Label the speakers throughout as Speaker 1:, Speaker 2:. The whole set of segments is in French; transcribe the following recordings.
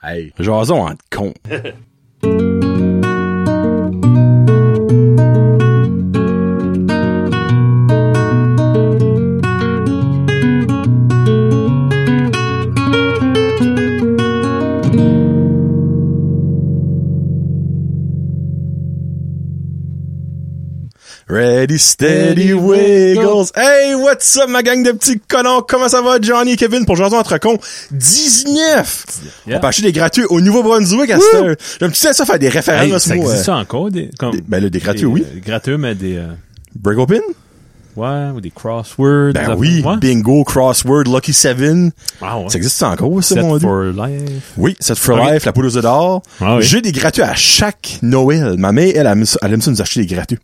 Speaker 1: Hey, jason en con. Ready, steady, wiggles. Hey, what's up, ma gang de petits colons? Comment ça va, Johnny et Kevin, pour Jason entre cons? 19!
Speaker 2: Yeah.
Speaker 1: On peut acheter des gratuits au Nouveau-Brunswick à cette heure. J'aime tout ça faire des références
Speaker 2: Hey,
Speaker 1: à ce
Speaker 2: ça
Speaker 1: mot.
Speaker 2: existe
Speaker 1: euh,
Speaker 2: ça encore? Des, comme,
Speaker 1: des- ben là, des gratuits, oui.
Speaker 2: euh, gratuits, mais des... euh,
Speaker 1: Break open?
Speaker 2: ouais, ou des crosswords. des
Speaker 1: Ben
Speaker 2: affaires-
Speaker 1: oui.
Speaker 2: Ouais.
Speaker 1: Bingo, crossword, lucky seven.
Speaker 2: Ah ouais.
Speaker 1: Ça existe ça encore, ça,
Speaker 2: Set
Speaker 1: mon dieu?
Speaker 2: for life.
Speaker 1: Oui, cette for
Speaker 2: Ok.
Speaker 1: life, la poule aux œufs d'or.
Speaker 2: Ah oui.
Speaker 1: J'ai des gratuits à chaque Noël. Ma mère, elle, elle, aime ça- elle aime ça nous acheter des gratuits.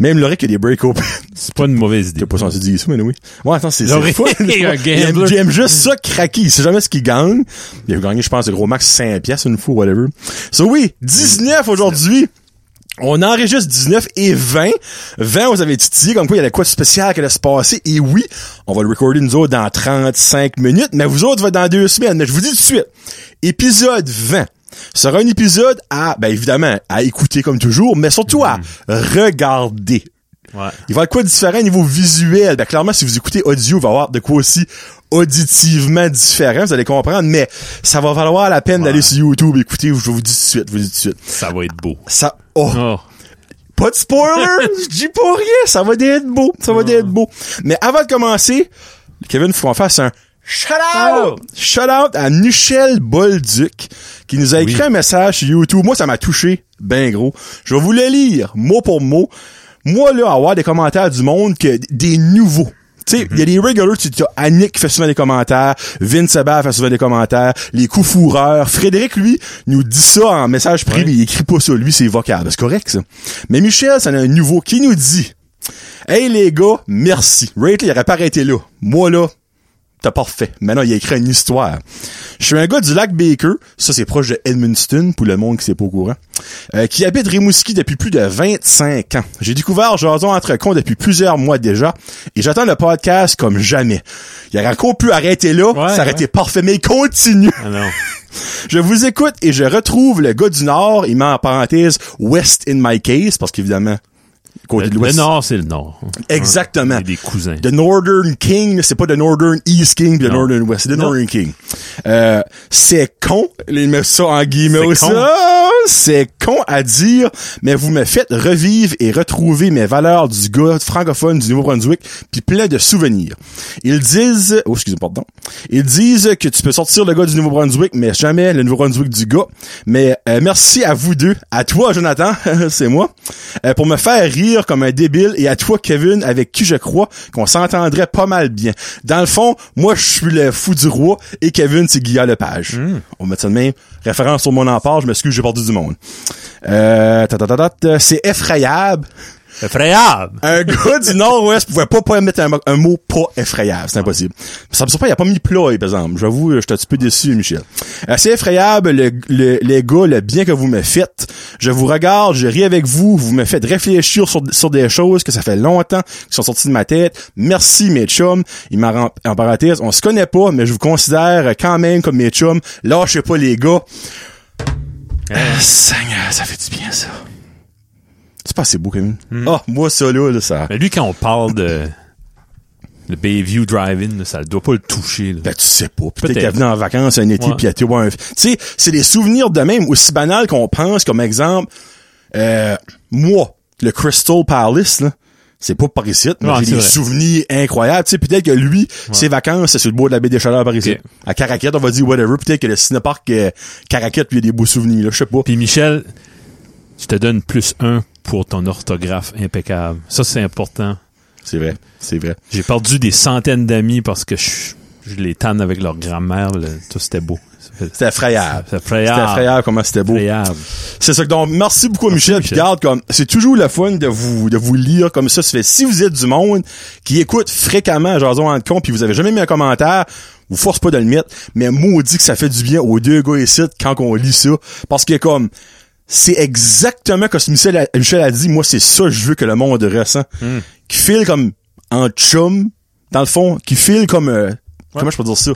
Speaker 1: Même Laurie qui a des break open.
Speaker 2: C'est pas une mauvaise idée.
Speaker 1: T'as pas senti dire ça, mais oui. Ouais, attends, c'est c'est
Speaker 2: Laurie
Speaker 1: fou.
Speaker 2: est un
Speaker 1: J'aime
Speaker 2: gambler.
Speaker 1: j'aime juste ça craquer. Il sait jamais ce qu'il gagne. Il a gagné, je pense, le gros max 5 pièces une fois, whatever. So oui, 19 aujourd'hui. On enregistre 19 et 20. 20, vous avez titillé comme quoi il y avait quoi de spécial qui allait se passer. Et oui, on va le recorder nous autres dans 35 minutes, mais vous autres, va être dans deux semaines. Mais je vous dis tout de suite, épisode 20 sera un épisode à, ben évidemment, à écouter comme toujours, mais surtout
Speaker 2: Mm.
Speaker 1: à regarder. Il
Speaker 2: Ouais.
Speaker 1: va y avoir quoi de différent au niveau visuel? Ben, clairement, si vous écoutez audio, il va y avoir de quoi aussi auditivement différent, vous allez comprendre, mais ça va valoir la peine d'aller sur YouTube, écouter, je vous dis tout de suite, je vous dis tout de suite.
Speaker 2: Ça va être beau.
Speaker 1: Ça, oh,
Speaker 2: Oh.
Speaker 1: pas de spoiler! je dis pas rien! Ça va être beau! Ça va être beau! Mais avant de commencer, Kevin, faut qu'on fasse un shout-out! Shout-out à Michel Bolduc, qui nous a écrit un message sur YouTube. Moi, ça m'a touché, ben gros. Je vais vous le lire, mot pour mot. Moi, là, avoir des commentaires du monde que des nouveaux. Tu sais, il y a des regulars, tu as Annick qui fait souvent des commentaires, Vince Sabat fait souvent des commentaires, les coups fourreurs. Frédéric, lui, nous dit ça en message privé, mais il écrit pas ça, lui, c'est vocal. C'est correct, ça. Mais Michel, ça en a un nouveau qui nous dit, Hey les gars, merci. Rate, il aurait pas arrêté là. Moi là, t'as parfait. Maintenant, il a écrit une histoire. Je suis un gars du lac Baker, ça c'est proche de Edmundston, pour le monde qui s'est pas au courant, euh, qui habite Rimouski depuis plus de 25 ans. J'ai découvert Jason entre cons depuis plusieurs mois déjà, et j'attends le podcast comme jamais. Il aurait encore pu arrêter là,
Speaker 2: Ouais,
Speaker 1: ça aurait
Speaker 2: ouais.
Speaker 1: été parfait, mais il continue.
Speaker 2: Ah non.
Speaker 1: Je vous écoute et je retrouve le gars du Nord, il met en parenthèse « West in my case », parce qu'évidemment, côté
Speaker 2: Le,
Speaker 1: de
Speaker 2: le
Speaker 1: l'Ouest.
Speaker 2: Nord, c'est le Nord.
Speaker 1: Exactement.
Speaker 2: Il y a des cousins.
Speaker 1: The Northern King, c'est pas The Northern East King, pis The
Speaker 2: Non.
Speaker 1: Northern West, c'est The
Speaker 2: Non.
Speaker 1: Northern King. Euh, c'est con, il met ça en guillemets
Speaker 2: C'est
Speaker 1: aussi.
Speaker 2: con.
Speaker 1: Ah, C'est con à dire, mais vous me faites revivre et retrouver mes valeurs du gars francophone du Nouveau-Brunswick, puis plein de souvenirs. Ils disent, oh excusez pardon, ils disent que tu peux sortir le gars du Nouveau-Brunswick, mais jamais le Nouveau-Brunswick du gars. Mais euh, merci à vous deux, à toi Jonathan, c'est moi, euh, pour me faire rire comme un débile, et à toi Kevin, avec qui je crois qu'on s'entendrait pas mal bien. Dans le fond, moi je suis le fou du roi, et Kevin c'est Guillaume Lepage. On va mettre ça de même. Référence sur mon empare, je m'excuse, j'ai perdu du monde. Euh, tatatatat, c'est effrayable.
Speaker 2: Effrayable.
Speaker 1: Un gars du Nord-Ouest pouvait pas, pas mettre un, mo- un mot pas effrayable. C'est impossible. Ça me surprend, il a pas mis ploy, par exemple. J'avoue, j'étais un petit peu déçu, Michel. Euh, c'est effrayable, le, le- les gars, le bien que vous me faites. Je vous regarde, je ris avec vous, vous me faites réfléchir sur, sur des choses que ça fait longtemps qui sont sorties de ma tête. Merci, mes chums. Il m'a rem- en parenthèse, on se connaît pas, mais je vous considère quand même comme mes chums. Lâchez pas, les gars.
Speaker 2: Hein?
Speaker 1: Ah, Seigneur, ça fait du bien, ça. C'est pas assez beau, Camille. Ah, moi, ça, là, là, ça...
Speaker 2: Mais lui, quand on parle de... Le Bayview Drive-In, là, ça doit pas le toucher. là.
Speaker 1: Ben, tu sais pas. Peut-être
Speaker 2: Peut-être.
Speaker 1: qu'elle venait en vacances un été,
Speaker 2: Ouais.
Speaker 1: puis elle était voir un... Tu sais, c'est des souvenirs de même, aussi banals qu'on pense, comme exemple, euh, moi, le Crystal Palace, là, c'est pas par ici, mais
Speaker 2: Ouais,
Speaker 1: j'ai
Speaker 2: c'est
Speaker 1: des
Speaker 2: vrai.
Speaker 1: souvenirs incroyables. Tu sais, peut-être que lui, ses vacances, c'est sur le bois de la baie des Chaleurs par ici.
Speaker 2: Ok.
Speaker 1: À Caraquette, on va dire whatever. Peut-être que le cinéparc euh, Caraquette, lui, il y a des beaux souvenirs, là. Je sais pas.
Speaker 2: Puis Michel, je te donne plus un pour ton orthographe impeccable. Ça, c'est important.
Speaker 1: C'est vrai. C'est vrai.
Speaker 2: J'ai perdu des centaines d'amis parce que je, je les tanne avec leur grammaire. là. Tout, c'était beau. C'était
Speaker 1: C'était effrayable. C'était
Speaker 2: effrayable.
Speaker 1: effrayable comment c'était beau.
Speaker 2: Effrayable.
Speaker 1: C'est ça. Donc, merci beaucoup, Michel. Puis
Speaker 2: Michel.
Speaker 1: garde comme, c'est toujours le fun de vous, de vous lire comme ça. Ça fait, si vous êtes du monde qui écoute fréquemment Jason Hand Con puis vous avez jamais mis un commentaire, vous force pas de le mettre, mais maudit que ça fait du bien aux deux gars ici quand on lit ça. Parce que comme, c'est exactement comme ce que Michel a, Michel a dit. Moi, c'est ça que je veux que le monde ressent.
Speaker 2: Hmm.
Speaker 1: Qui file comme en chum, dans le fond, qui file comme, euh, comment je peux dire ça?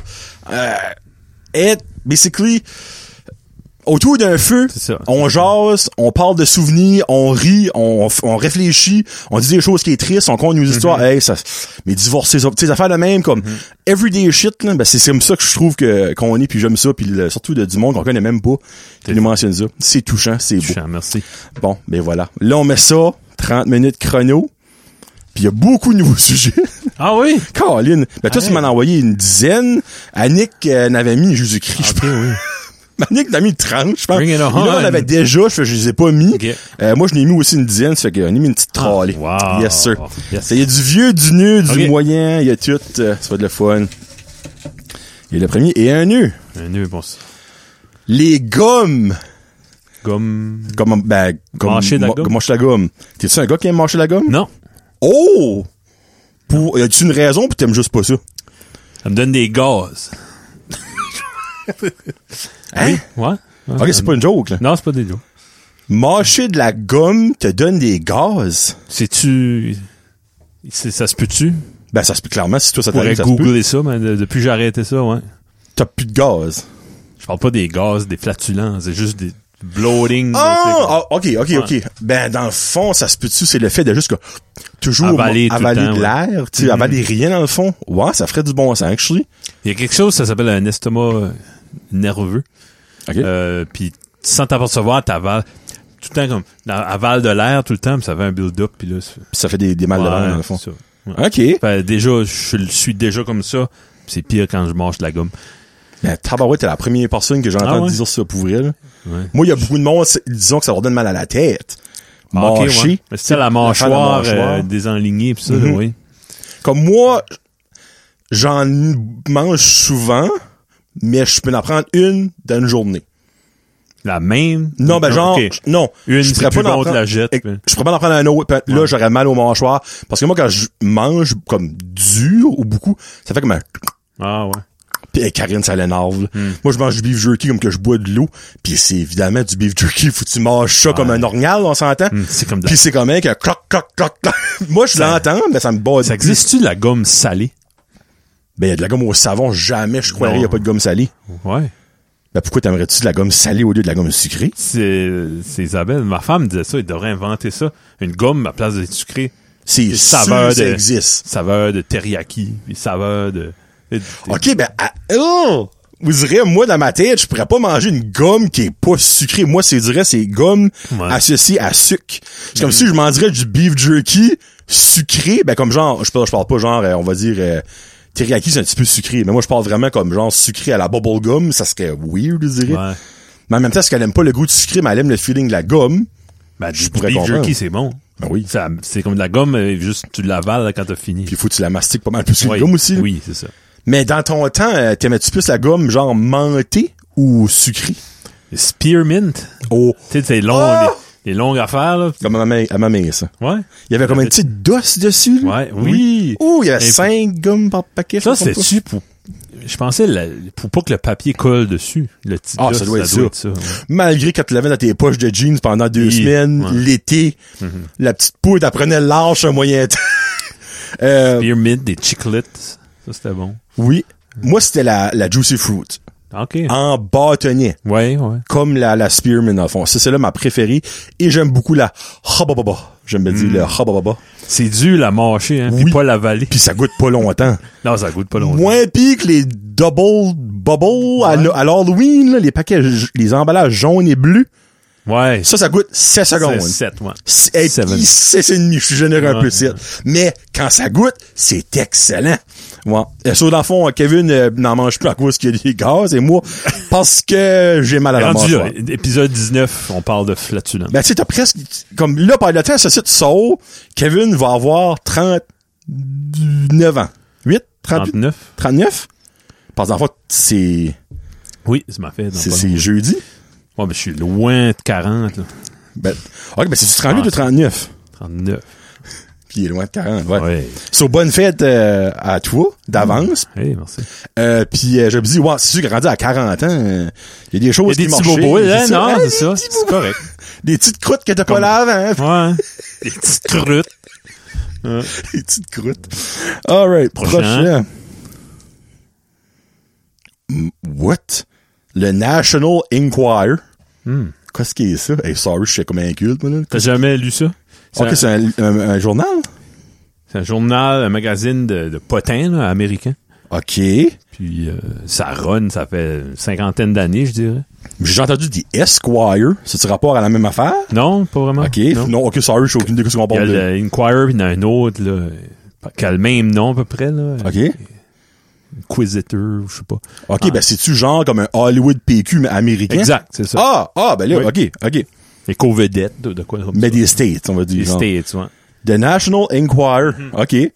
Speaker 1: Euh, est basically autour d'un feu.
Speaker 2: C'est ça.
Speaker 1: On jase, on parle de souvenirs, on rit, on, on réfléchit, on dit des choses qui est triste, on compte nos histoires. Hey, ça, mais divorcer, ça, tu sais, affaires de même, comme everyday shit, là, ben c'est c'est comme ça que je trouve que qu'on est, puis j'aime ça, puis le- surtout de, du monde qu'on connaît même pas, qui nous mentionne ça. C'est touchant, c'est beau.
Speaker 2: Touchant, merci.
Speaker 1: Bon, ben voilà. Là, on met ça, 30 minutes chrono, puis il y a beaucoup de nouveaux sujets.
Speaker 2: Ah oui?
Speaker 1: Caroline, ben toi, tu
Speaker 2: Ouais.
Speaker 1: m'en as envoyé une dizaine. Annick euh, n'avait mis Jésus-Christ, je
Speaker 2: Ah, Ok, oui.
Speaker 1: pense. Annick en a mis 30, je pense.
Speaker 2: Bring it
Speaker 1: Là,
Speaker 2: on.
Speaker 1: on avait déjà, je, je les ai pas mis.
Speaker 2: Ok. Ah,
Speaker 1: Euh, moi, je n'ai mis aussi une dizaine, ça fait qu'on a mis une petite trollée.
Speaker 2: wow.
Speaker 1: Yes, sir.
Speaker 2: Yes.
Speaker 1: Ça, Il y a du vieux, du nu, du
Speaker 2: Ok.
Speaker 1: moyen, il y a tout. euh, ça va de le fun. Il y a le premier et un nu.
Speaker 2: Un nœud, bon, c'est
Speaker 1: Les gommes.
Speaker 2: gomme.
Speaker 1: Comme, ben, comme,
Speaker 2: Mâcher de la
Speaker 1: mo-
Speaker 2: gomme.
Speaker 1: mâcher la gomme. T'es-tu un gars qui aime mâcher la gomme?
Speaker 2: Non.
Speaker 1: Oh! Pour, y a-tu une raison pis t'aimes juste pas ça?
Speaker 2: Ça me donne des gaz. Ah
Speaker 1: Hein?
Speaker 2: Ouais.
Speaker 1: Ok, c'est pas une joke, là.
Speaker 2: Non, c'est pas des loups.
Speaker 1: Mâcher de la gomme te donne des gaz?
Speaker 2: C'est-tu. c'est- Ça se peut-tu?
Speaker 1: Ben, ça se peut, clairement, si toi ça
Speaker 2: Je pourrais
Speaker 1: t'arrive, ça se peut.
Speaker 2: googler ça, mais de- depuis que j'ai arrêté ça, ouais.
Speaker 1: T'as plus de gaz.
Speaker 2: Je parle pas des gaz, des flatulents, c'est juste des bloating. là, tu sais,
Speaker 1: Ah!
Speaker 2: comme-
Speaker 1: Ah, ok, ok, ok. Ben, dans le fond, ça se peut-tu, c'est le fait de juste que, toujours
Speaker 2: Avaler tout le
Speaker 1: avaler
Speaker 2: temps,
Speaker 1: de
Speaker 2: ouais. Mm-hmm.
Speaker 1: l'air, tu sais, avaler rien dans le fond. Ouais, ça ferait du bon sens, actually.
Speaker 2: Il y a quelque chose, ça s'appelle un estomac euh, nerveux.
Speaker 1: Ok.
Speaker 2: Euh, puis sans t'apercevoir, t'avales tout le temps comme dans- avale de l'air tout le temps, puis ça fait un build-up, puis là. c'est-
Speaker 1: Pis ça fait des, des mal de
Speaker 2: Ouais,
Speaker 1: l'air, dans le fond.
Speaker 2: c'est ça. Ouais.
Speaker 1: Ok.
Speaker 2: Fait déjà, je le suis déjà comme ça. puis C'est pire quand je mange de la gomme.
Speaker 1: Ben, tabarouette, t'es la première personne que j'entends
Speaker 2: Ah ouais?
Speaker 1: dire ça pour vrai, là.
Speaker 2: Ouais.
Speaker 1: Moi, il y a beaucoup de monde, c'est- disons que ça leur donne mal à la tête.
Speaker 2: Ah, ok,
Speaker 1: Mâcher.
Speaker 2: ouais. Mais C'est
Speaker 1: l'affaire
Speaker 2: la
Speaker 1: de la
Speaker 2: mâchoire,
Speaker 1: mâchoire.
Speaker 2: euh, désenlignée, puis ça,
Speaker 1: Mhm.
Speaker 2: là, oui.
Speaker 1: Comme moi, j'en mange souvent, mais je peux en prendre une dans une journée.
Speaker 2: La même.
Speaker 1: Non, ben
Speaker 2: Ah,
Speaker 1: genre,
Speaker 2: ok.
Speaker 1: je- non.
Speaker 2: Une,
Speaker 1: je
Speaker 2: c'est
Speaker 1: pourrais
Speaker 2: plus
Speaker 1: pas en
Speaker 2: bon, tu
Speaker 1: prendre-
Speaker 2: la jettes.
Speaker 1: Et-
Speaker 2: puis-
Speaker 1: Je pourrais pas en prendre un autre. puis Là,
Speaker 2: Ouais.
Speaker 1: j'aurais mal au mâchoire. Parce que moi, quand je mange comme dur ou beaucoup, ça fait comme un...
Speaker 2: Ah, ouais.
Speaker 1: Puis, hey, Karine, ça l'énerve. là.
Speaker 2: Hmm.
Speaker 1: Moi, je mange du beef jerky comme que je bois de l'eau. Puis c'est évidemment du beef jerky. Faut que tu manges ça comme un orgnal, on s'entend.
Speaker 2: Hum, c'est comme de la-
Speaker 1: Puis c'est comme un que cloc, cloc, cloc, cloc. Moi, je l'entends, mais ça me bat.
Speaker 2: Ça existe-tu de la gomme salée?
Speaker 1: Ben, il y a de la gomme au savon. Jamais, je croirais, il
Speaker 2: Non.
Speaker 1: y a pas de gomme salée.
Speaker 2: Ouais.
Speaker 1: Ben, pourquoi t'aimerais-tu de la gomme salée au lieu de la gomme sucrée?
Speaker 2: C'est euh, c'est Isabelle. Ma femme disait ça. Il devrait inventer ça. Une gomme à place de sucré.
Speaker 1: C'est
Speaker 2: Des
Speaker 1: sûr
Speaker 2: saveurs
Speaker 1: que ça
Speaker 2: de-
Speaker 1: existe.
Speaker 2: Saveur de teriyaki. Puis saveur de... de- de-
Speaker 1: OK, ben, ah, oh! vous direz, moi, dans ma tête, je pourrais pas manger une gomme qui est pas sucrée. Moi, c'est dirais, c'est gomme
Speaker 2: Ouais. Ben
Speaker 1: associée à sucre. C'est comme si je mangerais du beef jerky sucré, ben, comme genre, je parle, je parle pas genre, euh, on va dire, euh, teriyaki, c'est un petit peu sucré. Mais moi, je parle vraiment comme genre sucré à la bubble gum. Ça serait weird, je dirais.
Speaker 2: Ouais.
Speaker 1: Mais en même temps, est-ce qu'elle aime pas le goût de sucré, mais elle aime le feeling de la gomme?
Speaker 2: Ben, du
Speaker 1: pourrais
Speaker 2: beef
Speaker 1: comprendre.
Speaker 2: jerky, c'est bon.
Speaker 1: Ben oui.
Speaker 2: Ça- C'est comme de la gomme. euh, Juste, tu l'avales là, quand t'as fini.
Speaker 1: Puis il faut que tu la mastiques pas mal plus que
Speaker 2: oui.
Speaker 1: la gomme aussi. là.
Speaker 2: Oui, c'est ça.
Speaker 1: Mais dans ton temps, euh, t'aimais-tu plus la gomme genre mentée ou sucrée?
Speaker 2: Spearmint.
Speaker 1: Oh,
Speaker 2: Tu sais, c'est long.
Speaker 1: Ah!
Speaker 2: Les, les longues affaires, là.
Speaker 1: comme à ma mère, à ma mère, ça.
Speaker 2: Ouais.
Speaker 1: Il y avait comme une petite dosse dessus. là.
Speaker 2: Ouais, oui.
Speaker 1: Ouh, il y avait
Speaker 2: Et puis-
Speaker 1: cinq gommes par paquet.
Speaker 2: Ça,
Speaker 1: je sais pas quoi.
Speaker 2: c'était-tu pour... Je pensais la- pour pas que le papier colle dessus. Le petit
Speaker 1: Ah,
Speaker 2: là,
Speaker 1: ça doit être
Speaker 2: ouais.
Speaker 1: Malgré que tu l'avais dans tes poches de jeans pendant deux
Speaker 2: Oui,
Speaker 1: semaines,
Speaker 2: ouais. Mm-hmm.
Speaker 1: l'été, la petite poudre, elle prenait lâche un moyen temps. Euh,
Speaker 2: Spearmint, des chiclets. Ça, c'était bon.
Speaker 1: oui. Moi, c'était la, la Juicy Fruit.
Speaker 2: OK.
Speaker 1: En bâtonnet.
Speaker 2: Ouais, ouais.
Speaker 1: Comme la, la Spearmint, en fond. Ça, c'est là ma préférée. Et j'aime beaucoup la Habababa. J'aime bien dire
Speaker 2: Mm.
Speaker 1: le Habababa.
Speaker 2: C'est dû la mâcher, hein,
Speaker 1: Oui.
Speaker 2: puis pas l'avaler.
Speaker 1: Puis ça goûte pas longtemps.
Speaker 2: Non, ça goûte pas longtemps.
Speaker 1: Moins pire que les double bubble à, l- à l'Halloween, là, les paquets, j- les emballages jaunes et bleus.
Speaker 2: Ouais.
Speaker 1: Ça, ça goûte 7 secondes.
Speaker 2: C'est sept, ouais.
Speaker 1: C'est
Speaker 2: Seven.
Speaker 1: c'est une demi, je suis généreux un
Speaker 2: Ouais.
Speaker 1: peu titre. Mais quand ça goûte, c'est excellent. Ouais. Et ça, dans le fond, Kevin euh, n'en mange plus à cause qu'il y a des gaz et moi, parce que j'ai mal à la
Speaker 2: Rendu là,
Speaker 1: mâchoire.
Speaker 2: épisode 19, on parle de flatulence.
Speaker 1: Ben, tu sais, t'as presque, comme là, par le temps, ça, ça, tu sors, Kevin va avoir 39 ans. 8? 38?
Speaker 2: 39?
Speaker 1: 39? Parce que dans le fond, c'est,
Speaker 2: Oui, ça m'a fait. dans
Speaker 1: c'est,
Speaker 2: pas
Speaker 1: c'est jeudi.
Speaker 2: long. Ouais, mais je suis loin de 40, là.
Speaker 1: Ben, ok, ben, c'est du 38 ou 39?
Speaker 2: 39.
Speaker 1: Puis il est loin de 40, ouais.
Speaker 2: Ouais.
Speaker 1: So, bonne fête euh, à toi, d'avance.
Speaker 2: Hey, merci.
Speaker 1: Euh, puis euh, je me dis, wow, si tu grandis à 40 ans, euh, il y a des
Speaker 2: Il y a
Speaker 1: choses
Speaker 2: des
Speaker 1: qui
Speaker 2: petits
Speaker 1: marchaient,
Speaker 2: bobos,
Speaker 1: c'est
Speaker 2: là,
Speaker 1: ça.
Speaker 2: non,
Speaker 1: Ah,
Speaker 2: c'est ça. C'est correct.
Speaker 1: Des petites croûtes que t'as pas
Speaker 2: Comme-
Speaker 1: là avant. hein.
Speaker 2: Ouais. Des petites truttes.
Speaker 1: Des petites croûtes. Alright, prochain.
Speaker 2: Prochain.
Speaker 1: m- what? Le National Enquirer.
Speaker 2: Hmm.
Speaker 1: Qu'est-ce qui est ça? Hey, sorry, je suis comme un culte, moi, là.
Speaker 2: T'as jamais lu ça? C'est
Speaker 1: Ok,
Speaker 2: un-
Speaker 1: c'est un, un- un journal?
Speaker 2: c'est un, journal, un magazine de, de potins là, américain.
Speaker 1: Ok.
Speaker 2: Puis euh, ça run, ça fait une cinquantaine d'années, je dirais.
Speaker 1: J'ai entendu des Esquire. C'est-tu rapport à la même affaire?
Speaker 2: Non, pas vraiment.
Speaker 1: Ok.
Speaker 2: Non.
Speaker 1: Non, ok, sorry, je suis aucune idée de ce qu'on
Speaker 2: Il y a
Speaker 1: parle de.
Speaker 2: le Inquirer, puis il y en a un autre, là, qui a le même nom à peu près, là.
Speaker 1: Ok.
Speaker 2: Inquisiteur, ou je sais pas.
Speaker 1: Ok, ben c'est-tu genre comme un Hollywood PQ mais américain?
Speaker 2: Ah. Exact, c'est ça.
Speaker 1: Hein? Ah, ah, ben là,
Speaker 2: Oui.
Speaker 1: ok, ok.
Speaker 2: Les co-vedettes, de, de quoi? comme
Speaker 1: Mais
Speaker 2: ça.
Speaker 1: des States, on va dire.
Speaker 2: Des
Speaker 1: genre.
Speaker 2: States, ouais.
Speaker 1: The National Enquirer. OK.
Speaker 2: Puis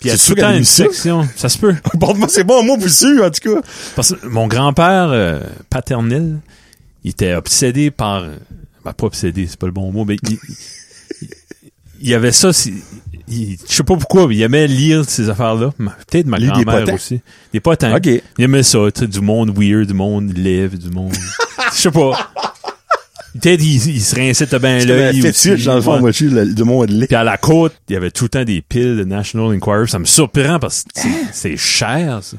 Speaker 2: il y
Speaker 1: C'est
Speaker 2: a tout
Speaker 1: sûr
Speaker 2: le
Speaker 1: qu'elle
Speaker 2: temps
Speaker 1: a
Speaker 2: une
Speaker 1: mis ça?
Speaker 2: section. Ça se peut.
Speaker 1: Pardon, c'est bon, moi, vous sûr, en tout cas.
Speaker 2: Parce que mon grand-père euh, paternel, il était obsédé par... Ben, pas obsédé, c'est pas le bon mot, mais il, il- il avait ça... c'est- il- Je sais pas pourquoi, mais il aimait lire ces affaires-là. Ma- Peut-être ma
Speaker 1: Lire des
Speaker 2: grand-mère
Speaker 1: potins.
Speaker 2: aussi. Des potins.
Speaker 1: OK.
Speaker 2: Il aimait ça, tu sais, du monde weird, du monde live, du monde... Je sais pas. Peut-être il, il se rinçait bien
Speaker 1: J'avais
Speaker 2: l'œil
Speaker 1: un
Speaker 2: aussi.
Speaker 1: fétiche, dans le fond,
Speaker 2: Ouais.
Speaker 1: moi, je suis le- de mon lait.
Speaker 2: Puis à la côte, il y avait tout le temps des piles de National Enquirer. Ça me surprend parce que c'est- c'est cher, ça.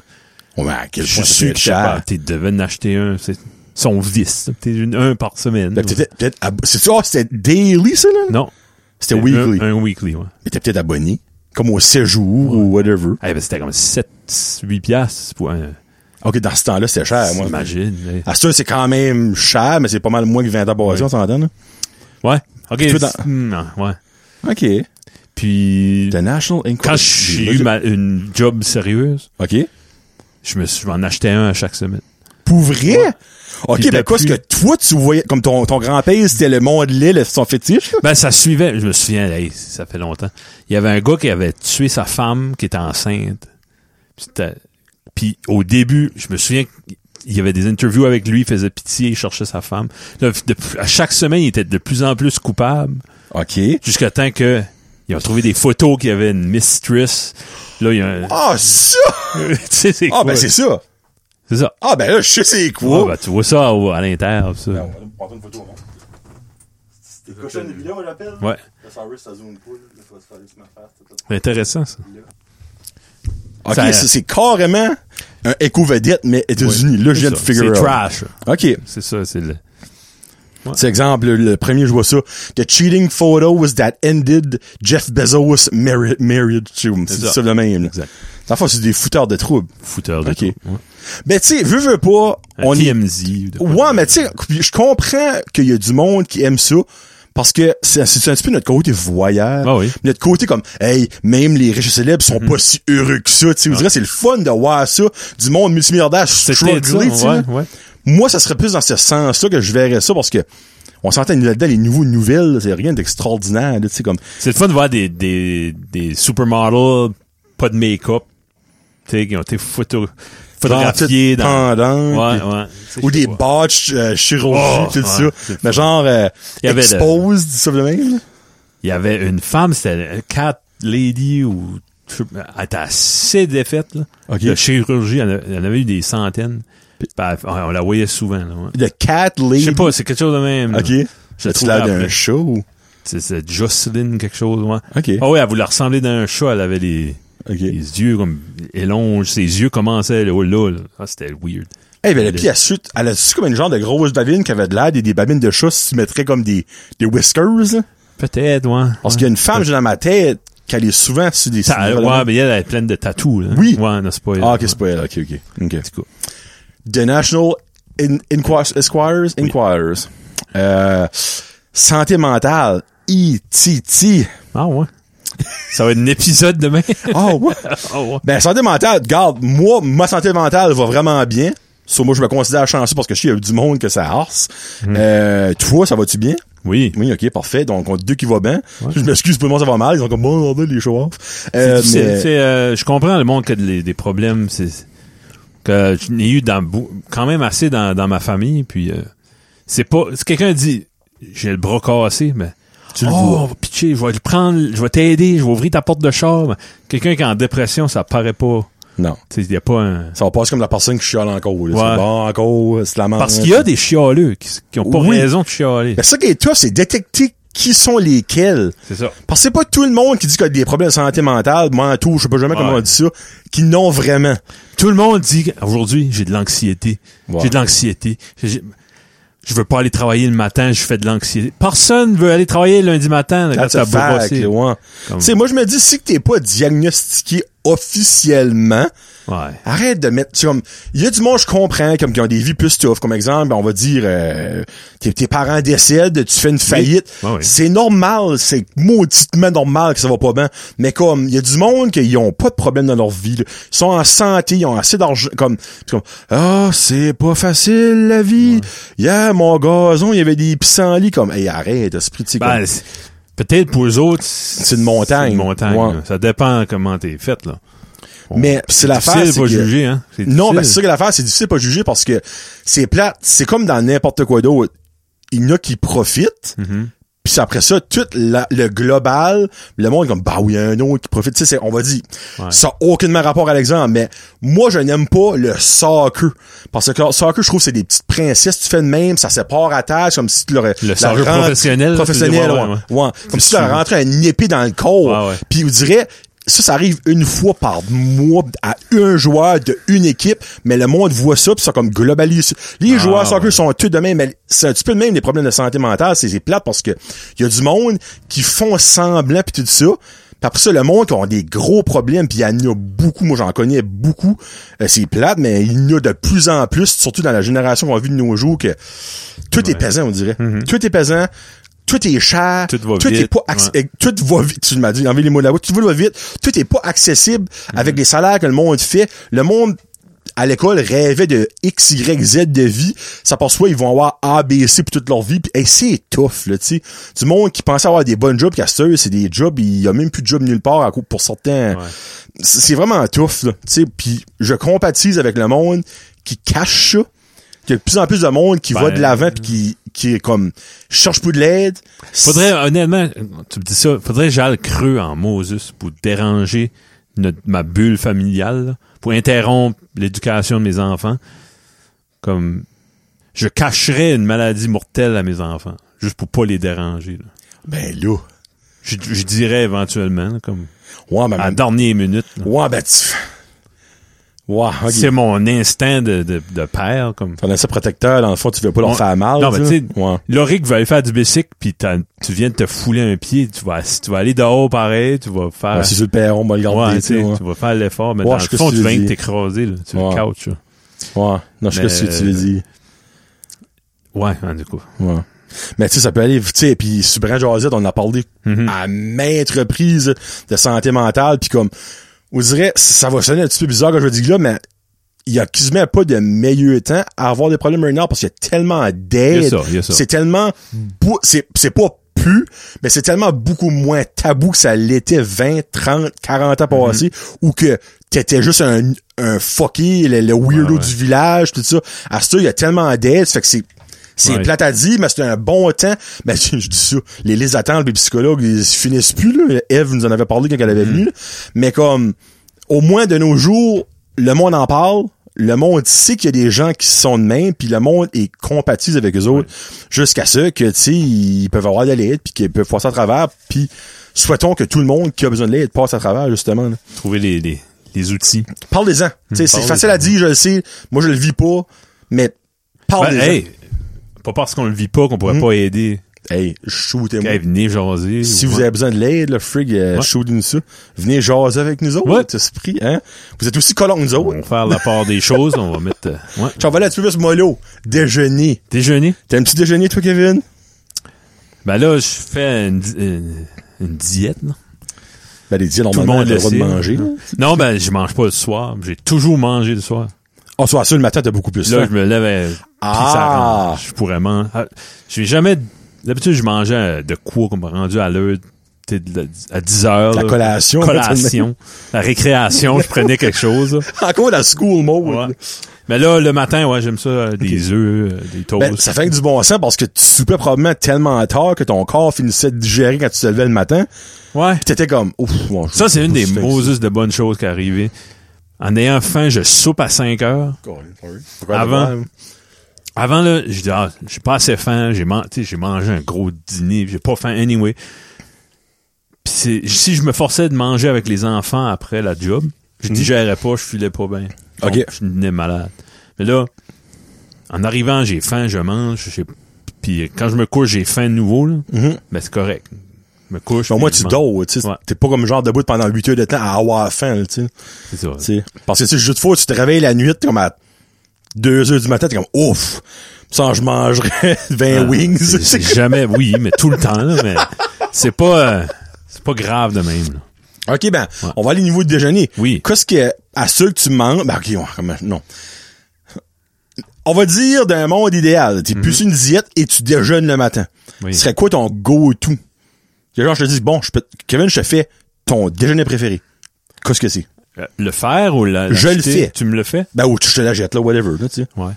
Speaker 1: Oh, mais à quel
Speaker 2: Je
Speaker 1: point
Speaker 2: suis
Speaker 1: c'est
Speaker 2: sûr que pas,
Speaker 1: cher.
Speaker 2: tu devais en acheter un. C'est son vice. là. T'es une- un par semaine.
Speaker 1: Fait que t'étais peut-être abo- C'est ça, c'était daily, ça, là?
Speaker 2: Non.
Speaker 1: C'était
Speaker 2: un-
Speaker 1: weekly.
Speaker 2: Un, weekly, ouais.
Speaker 1: Mais t'es peut-être abonné. Comme au séjour ou whatever.
Speaker 2: Eh ben, c'était comme 7, 8 piastres pour un.
Speaker 1: OK, dans ce temps-là, c'était cher, Ah, moi.
Speaker 2: J'imagine. eh.
Speaker 1: À ce temps, c'est quand même cher, mais c'est pas mal moins que 20 ans passés, on s'entend, là.
Speaker 2: Ouais. Ok.
Speaker 1: toi, dans-
Speaker 2: c'est- hmm, non, ouais.
Speaker 1: OK.
Speaker 2: Puis,
Speaker 1: The National Enquirer.
Speaker 2: quand j'ai eu ma- une job sérieuse,
Speaker 1: OK.
Speaker 2: je me suis, je m'en achetais un à chaque semaine.
Speaker 1: Pour vrai? OK,
Speaker 2: Puis
Speaker 1: ben, quoi, ce
Speaker 2: depuis-
Speaker 1: que toi, tu voyais, comme ton, ton grand-père, c'était le monde lait, le- son fétiche, là?
Speaker 2: Ben, ça suivait. Je me souviens, hey, ça fait longtemps. Il y avait un gars qui avait tué sa femme qui était enceinte. Puis, c'était- puis au début, je me souviens qu'il y avait des interviews avec lui, il faisait pitié, il cherchait sa femme. Là, de- à chaque semaine, il était de plus en plus coupable,
Speaker 1: OK.
Speaker 2: jusqu'à temps que ils ont trouvé des photos qu'il y avait une mistress. Là, il y a un...
Speaker 1: Ah, ça!
Speaker 2: tu sais, c'est
Speaker 1: Ah,
Speaker 2: quoi?
Speaker 1: ben, c'est ça.
Speaker 2: c'est ça.
Speaker 1: Ah, ben là, je sais c'est
Speaker 2: Ah,
Speaker 1: quoi.
Speaker 2: ben, tu vois ça au- à l'intérieur, ça.
Speaker 1: on va prendre une photo hein. avant. C'était cochon de vidéo, j'appelle.
Speaker 2: Ouais.
Speaker 1: Là, sorry, ça zoome pas. Là, faut se faire juste ma face.
Speaker 2: Intéressant, ça.
Speaker 1: Ok,
Speaker 2: Ça-
Speaker 1: c'est- c'est carrément un éco-vedette, mais États-Unis. Là, je viens de
Speaker 2: C'est ça.
Speaker 1: figure out.
Speaker 2: C'est trash.
Speaker 1: Ok.
Speaker 2: C'est ça, c'est le...
Speaker 1: C'est exemple, le- le premier, je vois ça. The cheating photos that ended Jeff Bezos' marri- marriage to him. C'est
Speaker 2: ça.
Speaker 1: ça le même. là.
Speaker 2: Exact.
Speaker 1: Dans le fond, c'est des fouteurs de troubles.
Speaker 2: footeur de
Speaker 1: Ok.
Speaker 2: tout. Ouais.
Speaker 1: Ben, tu sais, veux, veux pas,
Speaker 2: Un
Speaker 1: on est
Speaker 2: TMZ. ou de quoi
Speaker 1: Ouais,
Speaker 2: de-
Speaker 1: mais tu sais, je comprends qu'il y a du monde qui aime ça. Parce que c'est c'est un petit peu notre côté voyeur.
Speaker 2: Ah oui. Mm-hmm.
Speaker 1: Notre côté comme, hey, même les riches et célèbres sont pas si heureux que ça. Tu sais, vous direz, c'est le fun de voir ça. Du monde multimilliardaire struggler,
Speaker 2: peut-être ça,
Speaker 1: tu sais,
Speaker 2: ouais,
Speaker 1: là.
Speaker 2: ouais.
Speaker 1: Moi, ça serait plus dans ce sens-là que je verrais ça parce que on s'entend là-dedans, les nouveaux nouvelles, c'est rien d'extraordinaire, là, tu sais, comme,
Speaker 2: C'est le fun de voir des, des, des supermodels, pas de make-up, tu sais, qui ont été photo, photographiés dans...
Speaker 1: pendant.
Speaker 2: Ouais,
Speaker 1: puis-
Speaker 2: ouais. Tu sais,
Speaker 1: Ou
Speaker 2: je sais
Speaker 1: des
Speaker 2: pas.
Speaker 1: botches euh,
Speaker 2: Oh,
Speaker 1: chirurgies, tout
Speaker 2: ouais,
Speaker 1: ça.
Speaker 2: c'est
Speaker 1: Mais genre, euh,
Speaker 2: Il y avait le-
Speaker 1: exposed, dis ça le même. là.
Speaker 2: Il y avait une femme, c'était une cat lady ou... Elle était assez défaite, là.
Speaker 1: Ok.
Speaker 2: De chirurgie, elle, a- elle en avait eu des centaines. Puis, ben, on la voyait souvent, là, ouais.
Speaker 1: The cat
Speaker 2: Je
Speaker 1: lady.
Speaker 2: sais pas, c'est quelque chose de même. là.
Speaker 1: OK.
Speaker 2: Je
Speaker 1: As-tu
Speaker 2: trouve
Speaker 1: l'air
Speaker 2: après.
Speaker 1: d'un chat ou...
Speaker 2: C'est- C'est Jocelyne quelque chose, ouais.
Speaker 1: OK.
Speaker 2: Ah oui, elle voulait ressembler d'un chat, elle avait les...
Speaker 1: OK.
Speaker 2: Les yeux comme élonges, ses yeux commençaient là, oh là, là. Ah, c'était weird.
Speaker 1: Eh ben, puis elle chute, elle a su comme une genre de grosse babine qui avait de l'air des, des babines de chat si tu mettrais comme des, des whiskers, là.
Speaker 2: Peut-être, ouais.
Speaker 1: Parce qu'il y a une femme, j'ai dans ma tête, qu'elle est souvent sur des...
Speaker 2: Ta-
Speaker 1: sur des-
Speaker 2: ouais, mais elle, elle est pleine de tatous. là.
Speaker 1: Oui.
Speaker 2: Ouais, non, c'est pas elle.
Speaker 1: Ah, OK,
Speaker 2: Ouais.
Speaker 1: c'est pas elle. OK, OK. OK.
Speaker 2: cool.
Speaker 1: The National In- Inquis- Esquires? Inquirers. Euh, santé mentale. E-T-T.
Speaker 2: Ah, ouais. Ça va être un épisode demain.
Speaker 1: Oh, ouais.
Speaker 2: Ah, ouais.
Speaker 1: Ben, santé mentale, garde, moi, ma santé mentale va vraiment bien. Sur moi, je me considère chanceux parce que je suis il y a du monde que ça harce.
Speaker 2: Hmm.
Speaker 1: Euh, toi, ça va-tu bien?
Speaker 2: Oui.
Speaker 1: Oui, ok, parfait. Donc, on a deux qui va bien. Je m'excuse pour le monde, ça va mal. Ils ont comme, bon, bordel, les show off. Euh,
Speaker 2: C'est- c'est-
Speaker 1: mais-
Speaker 2: c'est, euh, je comprends le monde qui a des, des problèmes. C'est que je n'ai eu dans, bou- quand même assez dans, dans ma famille. Puis, euh, c'est pas. Si quelqu'un dit, j'ai le bras cassé, mais.
Speaker 1: Tu le
Speaker 2: oh,
Speaker 1: vois.
Speaker 2: on va pitcher, je vais le prendre, je vais t'aider, je vais ouvrir ta porte de char. Ben, Quelqu'un qui est en dépression, ça paraît pas.
Speaker 1: Non.
Speaker 2: Tu sais, Il y a pas un.
Speaker 1: Ça va passer comme la personne qui chiale encore. là.
Speaker 2: Ouais.
Speaker 1: C'est bon encore, c'est la merde.
Speaker 2: Parce qu'il y a des chialeux qui, qui ont pas
Speaker 1: Oui.
Speaker 2: raison de chialer.
Speaker 1: Mais ça qui est tough, c'est détecter qui sont lesquels.
Speaker 2: C'est ça.
Speaker 1: Parce que c'est pas tout le monde qui dit qu'il a des problèmes de santé mentale, mentaux, je sais pas jamais comment
Speaker 2: Ouais.
Speaker 1: on dit ça, qui n'ont vraiment.
Speaker 2: Tout le monde dit aujourd'hui, j'ai de l'anxiété.
Speaker 1: Ouais.
Speaker 2: J'ai de l'anxiété. J'ai- j'ai- Je veux pas aller travailler le matin, je fais de l'anxiété. Personne veut aller travailler lundi matin là, quand
Speaker 1: That's
Speaker 2: t'as
Speaker 1: a
Speaker 2: beau
Speaker 1: fact,
Speaker 2: bosser.
Speaker 1: ouais.
Speaker 2: Comme-
Speaker 1: Tu sais, moi, je me dis, si que t'es pas diagnostiqué officiellement,
Speaker 2: Ouais.
Speaker 1: Arrête de mettre. tu sais, comme Il y a du monde, je comprends, comme qui ont des vies plus tough. Comme exemple, ben, on va dire euh, tes, tes parents décèdent, tu fais une faillite.
Speaker 2: Ouais, ouais.
Speaker 1: C'est normal, c'est mauditement normal que ça va pas bien. Mais comme il y a du monde qui ont pas de problème dans leur vie. là. Ils sont en santé, ils ont assez d'argent. Comme c'est comme Ah, c'est pas facile la vie. Hier, mon gazon, il y avait des pissenlits comme Hey, arrête, esprit, tu sais,
Speaker 2: Ben,
Speaker 1: comme-
Speaker 2: c'est- peut-être pour eux autres, c'est
Speaker 1: une montagne.
Speaker 2: c'est une montagne,
Speaker 1: Ouais.
Speaker 2: là. Ça dépend comment t'es fait, là.
Speaker 1: Mais c'est l'affaire.
Speaker 2: Difficile
Speaker 1: c'est
Speaker 2: pas
Speaker 1: que-
Speaker 2: juger, hein. C'est
Speaker 1: Non, ben, c'est
Speaker 2: difficile.
Speaker 1: ça que l'affaire, c'est difficile de pas juger parce que c'est plate. C'est comme dans n'importe quoi d'autre. Il y en a qui profitent.
Speaker 2: Mhm.
Speaker 1: Puis après ça, tout la- le global, le monde est comme, bah oui, il y a un autre qui profite. Tu sais, c'est- on va dire,
Speaker 2: Ouais.
Speaker 1: ça n'a aucunement rapport à l'exemple, mais moi, je n'aime pas le soccer. Parce que le soccer, je trouve que c'est des petites princesses, tu fais de même, ça sépare à tâche, comme si tu l'aurais...
Speaker 2: Le
Speaker 1: la
Speaker 2: soccer
Speaker 1: rentre-
Speaker 2: professionnel,
Speaker 1: Professionnel,
Speaker 2: tu veux
Speaker 1: ouais,
Speaker 2: dire, ouais,
Speaker 1: ouais. Comme si tu leur rentrais une épée dans le corps.
Speaker 2: Ouais, ouais.
Speaker 1: Puis vous dirait, ça, ça arrive une fois par mois à un joueur de une équipe, mais le monde voit ça, puis ça comme globalise. Les
Speaker 2: Ah,
Speaker 1: joueurs soccer
Speaker 2: ouais.
Speaker 1: sont tous de même, mais c'est un petit peu de même les problèmes de santé mentale, c'est c'est plate parce que il y a du monde qui font semblant puis tout ça. Puis après ça, le monde qui ont des gros problèmes, puis il y en a beaucoup, moi j'en connais beaucoup, euh, c'est plate, mais il y en a de plus en plus, surtout dans la génération qu'on vit de nos jours, que tout est pesant, on dirait. Tout est pesant, tout est cher,
Speaker 2: Mm-hmm. Tout va
Speaker 1: est
Speaker 2: vite,
Speaker 1: pas acc-
Speaker 2: ouais.
Speaker 1: et tout va vite. Tu m'as dit, enlever les mots de la bouche. Tout va vite. Tout est pas accessible
Speaker 2: Mhm.
Speaker 1: avec les salaires que le monde fait. Le monde, à l'école, rêvait de X, Y, Z de vie. Ça perçoit, ils vont avoir A, B, C pour toute leur vie. Puis, hey, c'est tough, là, tu sais. Du monde qui pensait avoir des bonnes jobs, qu'à cette heure, c'est des jobs, il y a même plus de jobs nulle part à coup pour certains. C'est c'est vraiment tough, là, tu sais. Puis, je compatise avec le monde qui cache ça. qu'il y a de plus en plus de monde qui va
Speaker 2: Ben,
Speaker 1: de l'avant puis qui, qui est comme, cherche plus de l'aide.
Speaker 2: Faudrait, honnêtement, tu me dis ça, faudrait que j'aille creux en Moses pour déranger notre- ma bulle familiale, là, pour interrompre l'éducation de mes enfants. Comme, je cacherais une maladie mortelle à mes enfants, juste pour pas les déranger. là.
Speaker 1: Ben, là.
Speaker 2: Je, je dirais éventuellement, là, comme,
Speaker 1: Ouais, mais en
Speaker 2: à la
Speaker 1: même temps-
Speaker 2: dernière minute, là.
Speaker 1: Ouais, ben, tu... Ouais, ok.
Speaker 2: c'est mon instinct de, de, de père, comme.
Speaker 1: T'en as ça protecteur, dans le fond, tu veux pas leur
Speaker 2: Ouais.
Speaker 1: faire mal.
Speaker 2: Non, mais tu sais, euh,
Speaker 1: Ouais.
Speaker 2: Loric va aller faire du bicycle, puis t'as- tu viens de te fouler un pied, tu vas, tu vas aller dehors pareil, tu vas faire...
Speaker 1: Ouais, si je le perds, on va le garder,
Speaker 2: Ouais,
Speaker 1: tu sais, ouais.
Speaker 2: tu vas faire l'effort, mais
Speaker 1: Ouais,
Speaker 2: dans
Speaker 1: je sais
Speaker 2: le
Speaker 1: ce
Speaker 2: fond,
Speaker 1: que
Speaker 2: tu
Speaker 1: tu
Speaker 2: viens
Speaker 1: veux
Speaker 2: de
Speaker 1: dire.
Speaker 2: t'écraser, là, sur
Speaker 1: Ouais.
Speaker 2: le couch. là.
Speaker 1: Ouais. Non, je sais
Speaker 2: Mais-
Speaker 1: pas si tu le dis.
Speaker 2: Ouais, hein, du coup.
Speaker 1: Ouais. Mais tu sais, ça peut aller, tu sais, puis sur Brand Josette, on a parlé
Speaker 2: Mm.
Speaker 1: à maintes reprises de santé mentale, puis comme, on dirait, ça va sonner un petit peu bizarre quand je le dis là, mais il y a quasiment pas de meilleur temps à avoir des problèmes maintenant parce qu'il y a tellement
Speaker 2: Il y a
Speaker 1: d'aide.
Speaker 2: ça, il y a ça.
Speaker 1: C'est tellement, bou- c'est c'est pas plus, mais c'est tellement beaucoup moins tabou que ça l'était 20, 30, 40
Speaker 2: Mhm.
Speaker 1: ans passés, ou que t'étais juste un, un fucké, le, le weirdo
Speaker 2: Ouais, ouais.
Speaker 1: du village, tout ça. À ce temps, il y a tellement d'aide, fait que c'est, c'est
Speaker 2: Ouais.
Speaker 1: plate à dire, mais c'est un bon temps. Mais je dis ça, les les attendent, les psychologues, ils finissent plus, là. Eve nous en avait parlé quand elle
Speaker 2: Hmm.
Speaker 1: avait venu, là. Mais comme, au moins de nos jours, le monde en parle, le monde sait qu'il y a des gens qui sont de même, puis le monde est compatible avec eux autres, jusqu'à ce que, tu sais, ils peuvent avoir de l'aide, puis qu'ils peuvent passer à travers, puis souhaitons que tout le monde qui a besoin de l'aide passe à travers, justement. là.
Speaker 2: Trouver les, les, les outils.
Speaker 1: Parlez-en. Tu sais, c'est
Speaker 2: Hmm, parlez-en.
Speaker 1: facile à dire, je le sais, moi je le vis pas, mais
Speaker 2: Ben,
Speaker 1: parlez-en. hey,
Speaker 2: hey, pas parce qu'on le vit pas qu'on pourrait
Speaker 1: Mhm.
Speaker 2: pas aider.
Speaker 1: shootez-moi.
Speaker 2: Hey, venez jaser.
Speaker 1: Si
Speaker 2: ou-
Speaker 1: vous avez besoin de l'aide, le frig, euh,
Speaker 2: Ouais.
Speaker 1: shootez-nous ça. Venez jaser avec nous autres,
Speaker 2: Ouais.
Speaker 1: cet esprit, hein. Vous êtes aussi colons que nous
Speaker 2: On
Speaker 1: autres.
Speaker 2: va faire la part des choses, on va mettre... euh, ouais.
Speaker 1: Tu vas aller un petit peu plus mollo. Déjeuner.
Speaker 2: Déjeuner.
Speaker 1: T'as un petit déjeuner, toi, Kevin?
Speaker 2: Ben là, je fais une, di- une, une diète, là.
Speaker 1: Ben, les diètes,
Speaker 2: Tout le
Speaker 1: normalement,
Speaker 2: monde
Speaker 1: t'as
Speaker 2: le
Speaker 1: le droit
Speaker 2: sait.
Speaker 1: de manger.
Speaker 2: là. Non, ben, je mange pas le soir. J'ai toujours mangé le soir.
Speaker 1: En soit Ah, ça, le matin, t'as beaucoup plus
Speaker 2: Là,
Speaker 1: faim.
Speaker 2: je me lève euh, et
Speaker 1: Ah!
Speaker 2: ah. Je pourrais manger. J'ai jamais. D'habitude, je mangeais euh, de quoi comme rendu à l'heure tu sais, de la- à 10 heures.
Speaker 1: La
Speaker 2: là.
Speaker 1: collation.
Speaker 2: Collation. la récréation, je prenais quelque chose. là.
Speaker 1: Encore la school mode.
Speaker 2: Ouais. Mais là, le matin, ouais, j'aime ça. euh, Des œufs, euh, des toasts.
Speaker 1: Ben, ça fait que du bon sens parce que tu soupais probablement tellement tard que ton corps finissait de digérer quand tu te levais le matin.
Speaker 2: Ouais.
Speaker 1: Pis t'étais comme, ouf, bon, je-
Speaker 2: Ça, c'est une
Speaker 1: je-
Speaker 2: des
Speaker 1: je-
Speaker 2: Moses de bonnes choses qui est arrivée. En ayant faim, je soupe à 5 heures.
Speaker 1: Pourquoi
Speaker 2: Avant.
Speaker 1: t'as pas-
Speaker 2: Avant, là, je dis, ah, je suis pas assez faim, j'ai man- tu sais, j'ai mangé un gros dîner, j'ai pas faim anyway. Puis c'est- si je me forçais de manger avec les enfants après la job, je digérais pas, je filais pas bien.
Speaker 1: Hmm. Ok.
Speaker 2: Donc, Je devenais malade. Mais là, en arrivant, j'ai faim, je mange, j'ai- puis quand je me couche, j'ai faim de nouveau, là,
Speaker 1: Mhm.
Speaker 2: ben c'est correct. Je me couche.
Speaker 1: Mais au moins,
Speaker 2: puis
Speaker 1: tu
Speaker 2: je mange.
Speaker 1: dors, tu sais.
Speaker 2: Ouais.
Speaker 1: T'es pas comme genre debout pendant 8 heures de temps à avoir faim, là, tu sais.
Speaker 2: C'est ça.
Speaker 1: tu sais. Parce que, tu sais, jeu de foot, tu te réveilles la nuit, t'es comme à 2 heures du matin, t'es comme, ouf, sans je mangerais 20
Speaker 2: Ah,
Speaker 1: wings.
Speaker 2: c'est-
Speaker 1: C'est-
Speaker 2: c'est jamais, oui, mais tout le temps, là, mais c'est pas, euh, c'est pas grave de même, là.
Speaker 1: OK, ben,
Speaker 2: Ouais.
Speaker 1: on va aller au niveau de déjeuner.
Speaker 2: Oui.
Speaker 1: Qu'est-ce que, à ceux que tu manges, ben, OK, on, comment- non. On va dire d'un monde idéal. T'es plus sur une diète et tu déjeunes le matin.
Speaker 2: Mhm. Oui.
Speaker 1: Ce serait quoi ton go-to? Que Genre, je te dis, bon, je peux, Kevin, je te fais ton déjeuner préféré. Qu'est-ce que c'est?
Speaker 2: Euh, Le faire ou la,
Speaker 1: Je le
Speaker 2: l'acheter?
Speaker 1: fais.
Speaker 2: Tu me le fais?
Speaker 1: Ben, ou tu je te la jettes, là, whatever, là, tu sais.
Speaker 2: Ouais.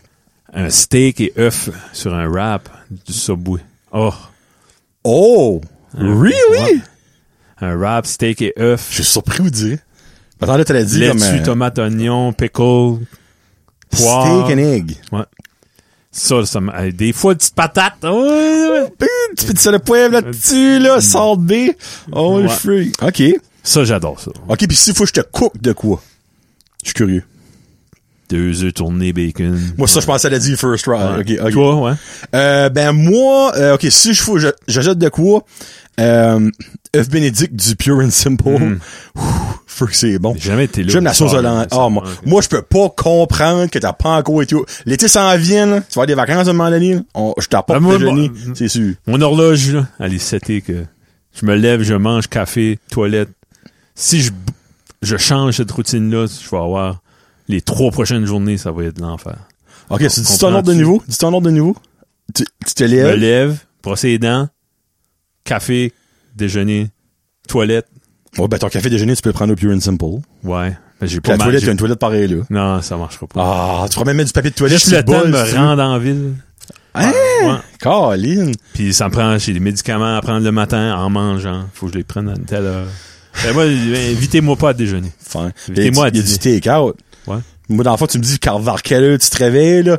Speaker 2: Un steak et œuf sur un wrap du Subway. Oh.
Speaker 1: Oh!
Speaker 2: Ah. Ouais.
Speaker 1: Really?
Speaker 2: Un wrap, steak et œuf.
Speaker 1: Je suis surpris vous dire. Attends, là, tu l'as dit
Speaker 2: Laitue,
Speaker 1: comme... euh,
Speaker 2: tomate, oignon, pickle, poire.
Speaker 1: Steak and egg.
Speaker 2: Ça, ça m'a- euh, des fois, une petite patate. Oh, ouais, ouais.
Speaker 1: Hum, Tu peux te le poivre là-dessus, là, salt B. Oh, le
Speaker 2: Ouais.
Speaker 1: fruit. OK.
Speaker 2: Ça, j'adore ça.
Speaker 1: OK, puis s'il faut que je te cook de quoi? Je suis curieux.
Speaker 2: Deux œufs tournés, bacon.
Speaker 1: Moi, ça, je pensais à la dit first try.
Speaker 2: Ouais.
Speaker 1: OK, OK.
Speaker 2: Toi, ouais.
Speaker 1: Euh, ben, moi, euh, OK, si je faut, je- j'achète de quoi? Euh, œuf bénédict du Pure and Simple. Ouh, faut que c'est bon.
Speaker 2: J'ai jamais été là.
Speaker 1: J'aime la sauce hollandaise. Ah, moi, moi, je peux pas comprendre que t'as pas encore été... au- L'été s'en vient, là. Tu vas avoir des vacances à un moment donné. là. On- Je t'apporte
Speaker 2: Ah, moi,
Speaker 1: le déjeuner,
Speaker 2: moi-
Speaker 1: c'est sûr.
Speaker 2: Mon horloge, là, elle est setée que je me lève, je mange café, toilette. Si je, je change cette routine-là, je vais avoir les trois prochaines journées, ça va être l'enfer.
Speaker 1: Ok, tu dis ton
Speaker 2: comprends-tu?
Speaker 1: ordre de niveau. Dis ton ordre de niveau. Tu, tu te
Speaker 2: Je me
Speaker 1: lèves.
Speaker 2: lève, brosse les dents, café, déjeuner, toilette.
Speaker 1: Ouais, ben ton café déjeuner, tu peux le prendre au Pure and Simple.
Speaker 2: Ouais. Mais j'ai
Speaker 1: Puis
Speaker 2: pas
Speaker 1: la
Speaker 2: mal.
Speaker 1: toilette, tu
Speaker 2: j'ai-
Speaker 1: as une toilette pareille, là.
Speaker 2: Non, ça marchera pas.
Speaker 1: Ah, tu pourrais même mettre du papier de toilette
Speaker 2: Juste le temps de me
Speaker 1: si
Speaker 2: rendre en ville.
Speaker 1: tu veux. Hein?
Speaker 2: Ouais.
Speaker 1: Colin.
Speaker 2: Puis ça me prend, j'ai des médicaments à prendre le matin en mangeant. Faut que je les prenne à une telle heure. Ben, moi, invitez-moi pas à déjeuner.
Speaker 1: Enfin, il y a
Speaker 2: Invitez-moi à
Speaker 1: du- il y a du take-out.
Speaker 2: Ouais.
Speaker 1: Moi, dans le fond, tu me dis, car vers quelle heure tu te réveilles, là?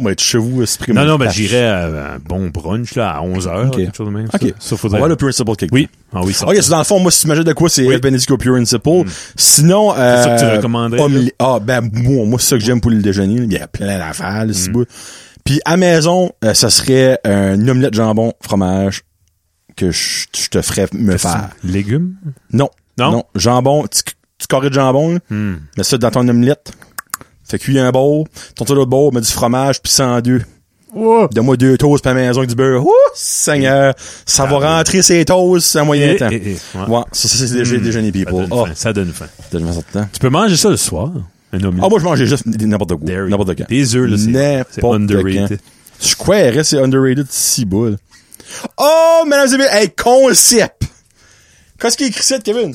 Speaker 1: Moi, être chez vous, euh, c'est
Speaker 2: Non, non, ben, j'irais à un bon brunch, là, à 11h,
Speaker 1: Ok.
Speaker 2: quelque chose de même.
Speaker 1: Ok.
Speaker 2: Ça, ça
Speaker 1: On va
Speaker 2: faudrait.
Speaker 1: le Pure and Simple cake.
Speaker 2: Oui. Ah oui, ça.
Speaker 1: Ok, c'est dans le fond, moi, si tu m'ajoutes de quoi, c'est
Speaker 2: Oui. Hmm.
Speaker 1: Ed Benedict au Pure and Simple. Sinon, euh.
Speaker 2: ça que tu recommanderais,
Speaker 1: omelette- Ah, ben, moi, moi, c'est ça que j'aime pour le déjeuner. Il y a plein d'affaires,
Speaker 2: Hmm.
Speaker 1: là, si beau. Puis, à maison, euh, ça serait euh, une omelette jambon, fromage, que je je te ferais me
Speaker 2: Qu'est-ce que
Speaker 1: faire.
Speaker 2: c'est? Légumes?
Speaker 1: Non.
Speaker 2: Non?
Speaker 1: Jambon, tu, tu correts de jambon, là.
Speaker 2: Hmm.
Speaker 1: mets ça dans ton omelette. Fais cuire un bowl, ton tour de bowl, mets du fromage, puis ça en deux. Donne-moi deux toasts par maison avec du beurre. Ouh, Seigneur! Ça va
Speaker 2: Ah,
Speaker 1: rentrer ces toasts en moyen
Speaker 2: Eh,
Speaker 1: temps.
Speaker 2: eh, eh, ouais.
Speaker 1: Ouais, ça, ça, c'est déjà
Speaker 2: Hmm.
Speaker 1: déjeuner
Speaker 2: Ça
Speaker 1: people.
Speaker 2: donne,
Speaker 1: Ah,
Speaker 2: faim, ça donne faim.
Speaker 1: t'as jamais sorti de temps.
Speaker 2: Tu peux manger ça le soir, un omelette.
Speaker 1: Ah, moi, je mangeais juste des- n'importe quoi.
Speaker 2: Dairy.
Speaker 1: N'importe quand.
Speaker 2: Des œufs, là, c'est- c'est
Speaker 1: N'importe
Speaker 2: underrated.
Speaker 1: quand. Je croirais, c'est underrated, si boule. Oh, mesdames et messieurs, hey, concept! Qu'est-ce qu'il écrit ça, Kevin?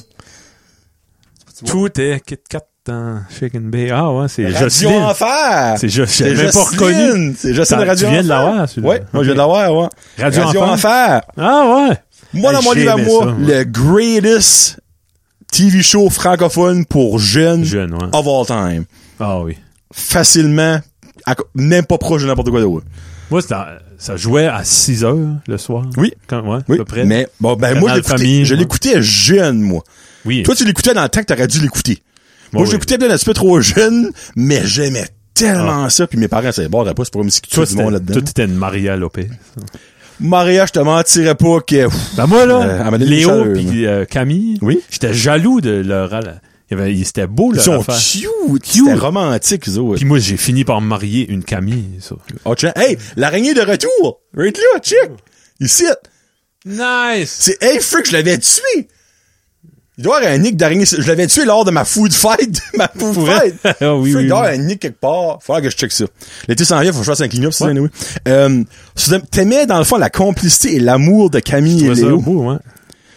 Speaker 2: Tout est Kit Kat dans Chicken Bay. Ah ouais, c'est
Speaker 1: Ah, Radio
Speaker 2: Jocelyne.
Speaker 1: Enfer!
Speaker 2: C'est Jocelyne.
Speaker 1: C'est
Speaker 2: Je l'avais pas
Speaker 1: Jocelyne.
Speaker 2: reconnu.
Speaker 1: C'est Jocelyne de
Speaker 2: Ça-
Speaker 1: Radio
Speaker 2: tu viens de
Speaker 1: Enfer.
Speaker 2: l'avoir, celui-là.
Speaker 1: Ouais, moi, je viens de l'avoir, ouais.
Speaker 2: Radio Enfer.
Speaker 1: Enfer.
Speaker 2: Ah ouais.
Speaker 1: Moi,
Speaker 2: Hey,
Speaker 1: dans mon
Speaker 2: j'ai
Speaker 1: livre à
Speaker 2: aimé
Speaker 1: moi,
Speaker 2: ça, moi.
Speaker 1: le greatest TV show francophone pour jeunes
Speaker 2: Jeune, ouais.
Speaker 1: of all time.
Speaker 2: Ah oui.
Speaker 1: Facilement, à co- même pas proche de n'importe quoi d'autre.
Speaker 2: Moi, c'était en- ça jouait à 6 heures le soir.
Speaker 1: Oui.
Speaker 2: Quand, ouais, à
Speaker 1: Oui,
Speaker 2: peu près.
Speaker 1: mais bon, ben
Speaker 2: Canal
Speaker 1: moi, je l'écoutais-
Speaker 2: Famille,
Speaker 1: je
Speaker 2: ouais.
Speaker 1: l'écoutais jeune, moi.
Speaker 2: Oui.
Speaker 1: Toi, tu l'écoutais dans le temps que t'aurais dû l'écouter. Moi,
Speaker 2: Ouais,
Speaker 1: je
Speaker 2: oui.
Speaker 1: l'écoutais peut-être un petit peu trop jeune, mais j'aimais tellement ça. Puis mes parents, c'est bon, après, c'est pour me
Speaker 2: Ah. Toi,
Speaker 1: situer du
Speaker 2: c'était,
Speaker 1: monde là-dedans.
Speaker 2: toi, t'étais une Maria Lopez.
Speaker 1: Maria, je te mentirais pas que... pff,
Speaker 2: Ben moi, là,
Speaker 1: Euh, Amélie
Speaker 2: Léo
Speaker 1: Michel,
Speaker 2: puis euh, Camille,
Speaker 1: Oui.
Speaker 2: j'étais jaloux de leur... Il y avait, il- c'était beau,
Speaker 1: ils
Speaker 2: leur
Speaker 1: sont
Speaker 2: affaire.
Speaker 1: cute, c'était romantique, eux autres.
Speaker 2: Puis moi, j'ai fini par me marier une Camille, ça.
Speaker 1: Oh, tiens. Hey, l'araignée de retour! Right là, check! Ici!
Speaker 2: Nice!
Speaker 1: C'est Hey Frick, je l'avais tué! Il doit y avoir un nick d'araignée. Je l'avais tué lors de ma food fight. de ma food
Speaker 2: vrai?
Speaker 1: fight. Frick,
Speaker 2: Ah oui,
Speaker 1: il doit
Speaker 2: oui,
Speaker 1: y avoir
Speaker 2: oui.
Speaker 1: un nick quelque part. Faudra que je check ça. L'été s'en vient, faut que je fasse un clean-up, c'est
Speaker 2: Ouais.
Speaker 1: ça, anyway. Euh, so, T'aimais, dans le fond, la complicité et l'amour de Camille et
Speaker 2: C'était
Speaker 1: Léo.
Speaker 2: beau, ouais.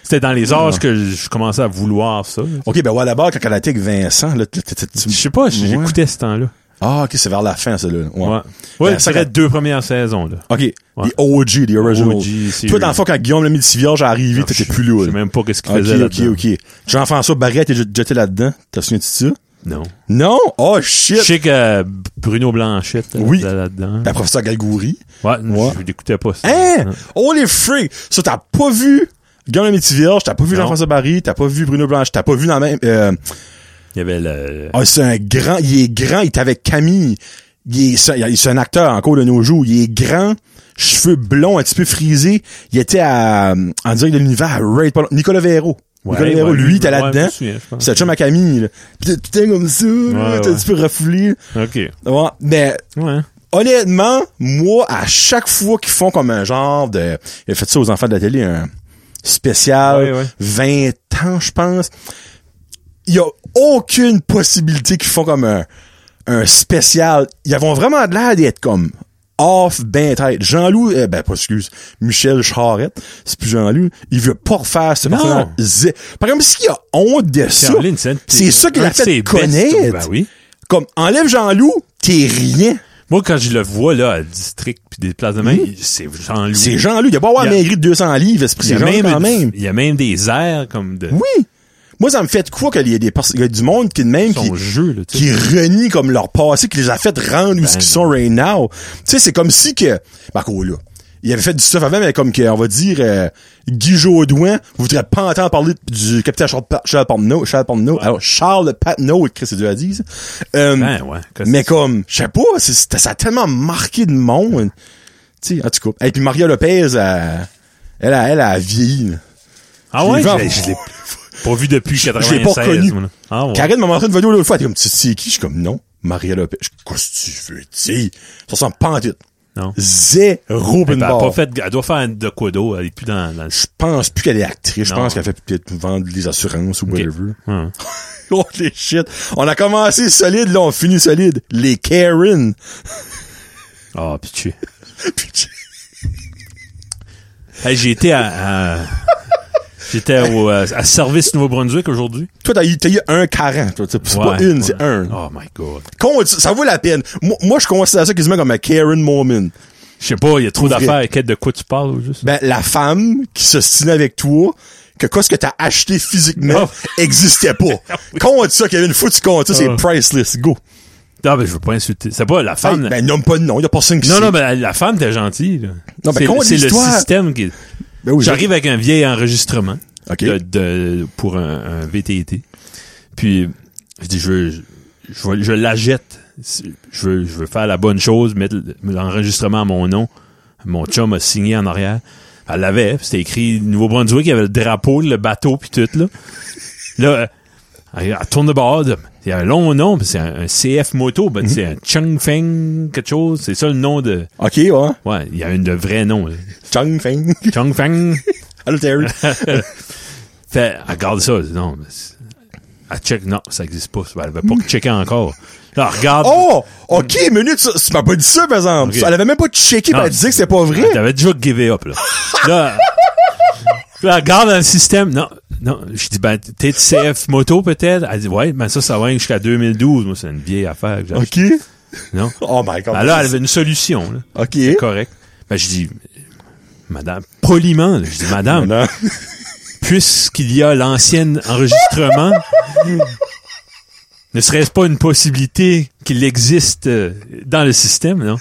Speaker 2: C'était dans les âges que je commençais à vouloir ça.
Speaker 1: Ok, ben, ouais, d'abord, quand elle était avec Vincent, là, tu- tu- tu- tu-
Speaker 2: Je sais pas, j'écoutais ce temps-là.
Speaker 1: Ah, ok, c'est vers la fin, ça, là. Ouais.
Speaker 2: Ouais.
Speaker 1: Ben,
Speaker 2: Ouais,
Speaker 1: ça,
Speaker 2: ça serait
Speaker 1: quand-
Speaker 2: deux premières saisons, là.
Speaker 1: Ok.
Speaker 2: Ouais.
Speaker 1: Les OG, les original. Toi, dans
Speaker 2: OG,
Speaker 1: le
Speaker 2: sérieux.
Speaker 1: fond, quand Guillaume le Midi Vierge est arrivé,
Speaker 2: Je
Speaker 1: t'étais plus lourd.
Speaker 2: sais même pas qu'est-ce qu'il
Speaker 1: Ok,
Speaker 2: faisait
Speaker 1: ok, ok. Jean-François Barrette est jeté là-dedans. T'as souviens-tu de ça?
Speaker 2: Non.
Speaker 1: Non? Oh,
Speaker 2: Je
Speaker 1: shit!
Speaker 2: sais que euh, Bruno Blanchette là,
Speaker 1: Oui.
Speaker 2: là-dedans.
Speaker 1: La professeure Galgouri.
Speaker 2: Ouais,
Speaker 1: Ouais.
Speaker 2: je l'écoutais pas. ça.
Speaker 1: Hein?
Speaker 2: Non.
Speaker 1: Holy freak! Ça, t'as pas vu Guillaume Métivierge, t'as pas vu
Speaker 2: Non.
Speaker 1: Jean-François Barry, t'as pas vu Bruno Blanche, t'as pas vu dans la même... euh,
Speaker 2: Il y avait le.
Speaker 1: Ah, c'est un grand, il est grand, il est avec Camille. Il est, c'est c'est un acteur encore de nos jours. Il est grand, cheveux blonds, un petit peu frisés. Il était à, euh, en direct de l'univers, à Raid, pas long- Nicolas Véro.
Speaker 2: Ouais,
Speaker 1: Nicolas Véro,
Speaker 2: ouais,
Speaker 1: lui, était
Speaker 2: ouais, je
Speaker 1: là-dedans.
Speaker 2: me souviens, je pense.
Speaker 1: C'est un chum à Camille, là. Pis t'es- t'es comme ça, là, t'es un
Speaker 2: ouais.
Speaker 1: petit peu refoulé.
Speaker 2: OK.
Speaker 1: Ouais, mais
Speaker 2: Ouais.
Speaker 1: honnêtement, moi, à chaque fois qu'ils font comme un genre de... Ils ont fait ça aux enfants de la télé, un spécial,
Speaker 2: Ouais, ouais.
Speaker 1: 20 ans, je pense. Il y a aucune possibilité qu'ils font comme un, un spécial. Ils avons vraiment de l'air d'être comme off, ben tête. Jean-Loup, eh ben, pas excuse, Michel Charette, c'est plus Jean-Loup, il veut pas refaire ce
Speaker 2: Non.
Speaker 1: personnage. zé- Par exemple, s'il a honte de ça,
Speaker 2: Caroline, c'est-
Speaker 1: c'est ça qui
Speaker 2: un
Speaker 1: l'a
Speaker 2: de
Speaker 1: fait
Speaker 2: ses best-
Speaker 1: connaître.
Speaker 2: Ben oui.
Speaker 1: Comme, enlève Jean-Loup, t'es rien.
Speaker 2: Moi, quand je le vois, là, à District puis des places de main, c'est Jean-Louis.
Speaker 1: Hmm? C'est Jean-Loup, il a pas avoir
Speaker 2: Il y a-
Speaker 1: maigri de 200 livres, c'est
Speaker 2: Il y a
Speaker 1: Jean
Speaker 2: même,
Speaker 1: quand même.
Speaker 2: Il y a même des airs comme de
Speaker 1: Oui! Moi, ça me fait de quoi qu'il y a des pers- il y a du monde qui de même
Speaker 2: son
Speaker 1: qui,
Speaker 2: jeu, là, tu sais.
Speaker 1: qui renient comme leur passé, qui les a fait rendre
Speaker 2: Ben.
Speaker 1: où ce qu'ils sont right now. Tu sais, c'est comme si que, Marco, là, il avait fait du stuff avant, mais comme que, on va dire, euh, Guy Jodoin, vous voudrez pas entendre parler du capitaine Charles, Pa- Charles Patnaud, Charles Patnaud, alors Charles Patnaud, Chris et Dieu a dit, ça. Euh,
Speaker 2: Ben, ouais. Qu'est-ce
Speaker 1: mais
Speaker 2: que-
Speaker 1: comme, je sais pas, c'est- c'est- ça a tellement marqué de monde. Tu sais, en tout cas. Et puis Maria Lopez, elle, elle, a- elle a vieilli, là.
Speaker 2: Ah
Speaker 1: je
Speaker 2: ouais,
Speaker 1: l'ai vu en-
Speaker 2: je je l'ai pas vu depuis 96.
Speaker 1: je l'ai pas reconnu.
Speaker 2: moi, là. Ah ouais.
Speaker 1: Karine m'a montré une vidéo l'autre fois. Elle était comme, tu sais qui? Je suis comme, non. Maria Lopez. Je suis comme, qu'est-ce que tu veux dire? Ça ressemble pas en tout.
Speaker 2: Non.
Speaker 1: Zéro
Speaker 2: Elle,
Speaker 1: bonne
Speaker 2: a
Speaker 1: barre.
Speaker 2: pas fait, elle doit faire de quoi d'eau. Elle est plus dans, dans le...
Speaker 1: Je pense plus qu'elle est actrice. Je
Speaker 2: Non.
Speaker 1: pense qu'elle fait peut-être vendre des assurances ou whatever.
Speaker 2: Hum.
Speaker 1: Holy shit. On a commencé solide, là. On finit solide. Les Karen.
Speaker 2: Ah, pitié. Hey, j'ai été à, à- j'étais au, euh, à Service Nouveau-Brunswick aujourd'hui.
Speaker 1: Toi, t'as eu, t'as eu un Karen. toi. C'est c'est pas
Speaker 2: Ouais,
Speaker 1: une,
Speaker 2: ouais.
Speaker 1: c'est un.
Speaker 2: Oh my god.
Speaker 1: Con- ça vaut la peine. Moi, moi, je considère ça quasiment comme un Karen moment.
Speaker 2: Je sais pas, il y a trop
Speaker 1: Vrai.
Speaker 2: d'affaires. Quête de quoi tu parles, au juste?
Speaker 1: Ben, la femme qui s'ostinait avec toi, que quoi ce que t'as acheté physiquement
Speaker 2: Non.
Speaker 1: existait pas. compte ça, Kevin. Faut que tu comptes ça, c'est
Speaker 2: Ah.
Speaker 1: priceless. Go.
Speaker 2: Non, mais je veux pas insulter. C'est pas la femme.
Speaker 1: Hey, ben, nomme pas de nom. Y a personne qui
Speaker 2: non, ben,
Speaker 1: sait.
Speaker 2: non, mais la- la femme était gentille, là.
Speaker 1: Non, mais
Speaker 2: C'est-
Speaker 1: conte
Speaker 2: c'est le
Speaker 1: l'histoire.
Speaker 2: système qui,
Speaker 1: Ben oui,
Speaker 2: J'arrive avec un vieil enregistrement
Speaker 1: OK.
Speaker 2: de, de- pour un, un VTT. Puis je dis je veux- je, je, veux- je la jette. Je veux, je veux faire la bonne chose, mettre l'enregistrement à mon nom. Mon chum a signé en arrière. Elle l'avait, puis c'était écrit Nouveau-Brunswick, il y avait le drapeau, le bateau, puis tout là. Là, elle, elle tourne de bord. Il y a un long nom, puis c'est un, un CF moto,
Speaker 1: Mhm.
Speaker 2: ben, c'est un Chung Feng quelque chose. C'est ça le nom de.
Speaker 1: OK, ouais.
Speaker 2: Ouais, il y a un de vrai nom. là.
Speaker 1: Chung Feng.
Speaker 2: Chung Feng.
Speaker 1: Hello, Terry.
Speaker 2: Fait, elle regarde ça, elle dit, non, mais c'est- elle check, non, ça existe pas. Elle avait pas checké encore. Là, elle regarde.
Speaker 1: oh! OK, minute. ça- Tu m'as pas dit ça, par exemple.
Speaker 2: OK.
Speaker 1: Elle avait même pas checké, pis
Speaker 2: Non,
Speaker 1: elle disait que c'était pas vrai.
Speaker 2: Elle avait déjà givé up, là. là, elle- là, elle regarde dans le système. Non, non. Je dis, ben, t'es de CF moto, peut-être? Elle dit, ouais, ben, ça, ça va jusqu'à 2012. Moi, c'est une vieille affaire. que j'ai
Speaker 1: OK.
Speaker 2: achetée. Non.
Speaker 1: Oh my god.
Speaker 2: Ben, là, elle avait une solution, là.
Speaker 1: OK.
Speaker 2: Correct. Ben, je dis, madame, poliment, là, je dis, madame,
Speaker 1: Non.
Speaker 2: puisqu'il y a l'ancien enregistrement, ne serait-ce pas une possibilité qu'il existe euh, dans le système, non?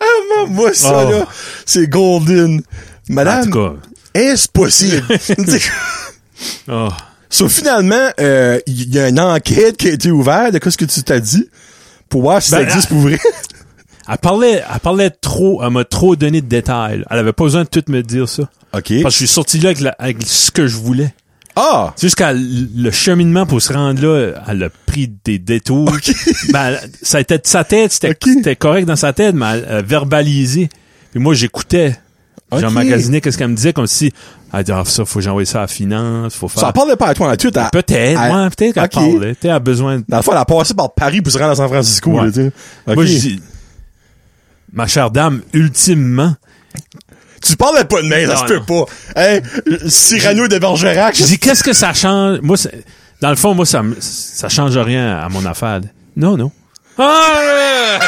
Speaker 1: Ah, moi, ça,
Speaker 2: Oh.
Speaker 1: là, c'est golden.
Speaker 2: En
Speaker 1: Madame,
Speaker 2: tout cas,
Speaker 1: est-ce possible? T'sais,
Speaker 2: oh,
Speaker 1: So, finalement, euh, il y a une enquête qui a été ouverte de quoi ce que tu t'as dit pour voir si ça
Speaker 2: Ben,
Speaker 1: existe
Speaker 2: ah.
Speaker 1: pour vrai.
Speaker 2: elle parlait, elle parlait trop, elle m'a trop donné de détails. là. Elle avait pas besoin de tout me dire ça.
Speaker 1: OK.
Speaker 2: Parce que je suis sorti là avec, la- avec ce que je voulais.
Speaker 1: Ah!
Speaker 2: C'est juste qu'elle- le cheminement pour se rendre là, elle a pris des détours. Ben, elle- ça était de sa tête, c'était
Speaker 1: Ok.
Speaker 2: c'était correct dans sa tête, mais elle a verbalisé. Puis moi, j'écoutais.
Speaker 1: Ok.
Speaker 2: J'emmagasinais qu'est-ce qu'elle me disait, comme si, elle dit, ah, ça, faut que j'envoie ça à la finance, faut faire.
Speaker 1: Ça parle pas à toi en tout. à-
Speaker 2: Peut-être,
Speaker 1: à-
Speaker 2: ouais, peut-être qu'elle
Speaker 1: Ok.
Speaker 2: parlait. T'sais, elle a besoin de...
Speaker 1: Dans le fond, elle a passé par Paris pour se rendre à San Francisco.
Speaker 2: Ouais.
Speaker 1: là, tu sais. OK.
Speaker 2: Moi, je dis, ma chère dame, ultimement,
Speaker 1: Tu parlais pas de mail, ça
Speaker 2: Non,
Speaker 1: se peut pas. Hey, Cyrano de Bergerac.
Speaker 2: je dis, qu'est-ce que ça change? Moi, c'est- dans le fond, moi, ça, me- ça change rien à mon affaire. Non, non. Ah!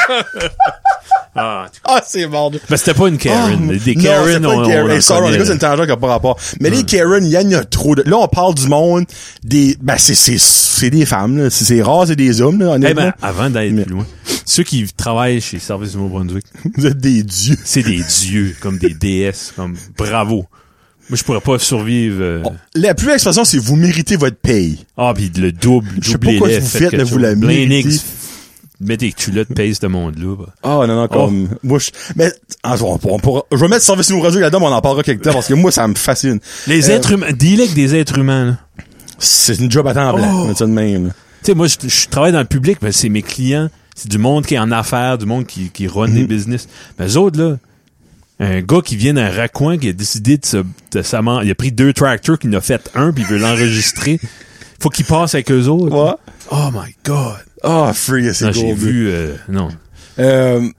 Speaker 2: Ah, en tout cas.
Speaker 1: Ah, c'est mort.
Speaker 2: Ben, c'était pas une Karen.
Speaker 1: Ah,
Speaker 2: des
Speaker 1: non, c'est
Speaker 2: Karen,
Speaker 1: pas
Speaker 2: on,
Speaker 1: une
Speaker 2: on,
Speaker 1: Karen.
Speaker 2: en
Speaker 1: Hey, sorry, on
Speaker 2: connaît,
Speaker 1: écoute une
Speaker 2: là.
Speaker 1: tangente qui a pas rapport. Mais les Karen, il y en a trop de. Là, on parle du monde des. Ben, c'est, c'est, c'est des femmes, là. C'est, c'est rare, c'est des hommes, là,
Speaker 2: Eh
Speaker 1: honnêtement.
Speaker 2: ben, avant d'aller
Speaker 1: Mais-
Speaker 2: plus loin, ceux qui travaillent chez Service du Nouveau-Brunswick,
Speaker 1: Vous êtes des dieux.
Speaker 2: c'est des dieux, comme des déesses, comme bravo. Moi, je pourrais pas survivre. euh,
Speaker 1: Oh. La plus expression, c'est vous méritez votre paye.
Speaker 2: Ah, puis le double,
Speaker 1: Je sais pas
Speaker 2: doublez-les,
Speaker 1: quoi vous faites,
Speaker 2: quelque
Speaker 1: mais vous
Speaker 2: chose.
Speaker 1: la
Speaker 2: Blaine
Speaker 1: méritez.
Speaker 2: Higgs, Mets tes culottes, paye ce monde-là. bah.
Speaker 1: Ah, non, non, comme, moi, je, mais, ah, on, on pourra- je vais mettre service nouveau radio là-dedans, mais on en parlera quelque temps, parce que moi, ça me fascine.
Speaker 2: Les
Speaker 1: Euh,
Speaker 2: êtres humains, deal avec des êtres humains, là.
Speaker 1: C'est une job à temps plein.
Speaker 2: Oh.
Speaker 1: on dit ça de même, là.
Speaker 2: Tu sais, moi, je, je travaille dans le public, mais c'est mes clients. C'est du monde qui est en affaires, du monde qui, qui run
Speaker 1: Mhm.
Speaker 2: des business. Mais eux autres, là, un gars qui vient d'un raccoin qui a décidé de se, de s'aman- Il a pris deux tracteurs, qu'il en a fait un, puis il veut l'enregistrer. Faut qu'il passe avec eux autres.
Speaker 1: Ouais.
Speaker 2: Oh my God.
Speaker 1: Ah, free, c'est
Speaker 2: Non, j'ai
Speaker 1: cool.
Speaker 2: vu... euh, non.
Speaker 1: Euh,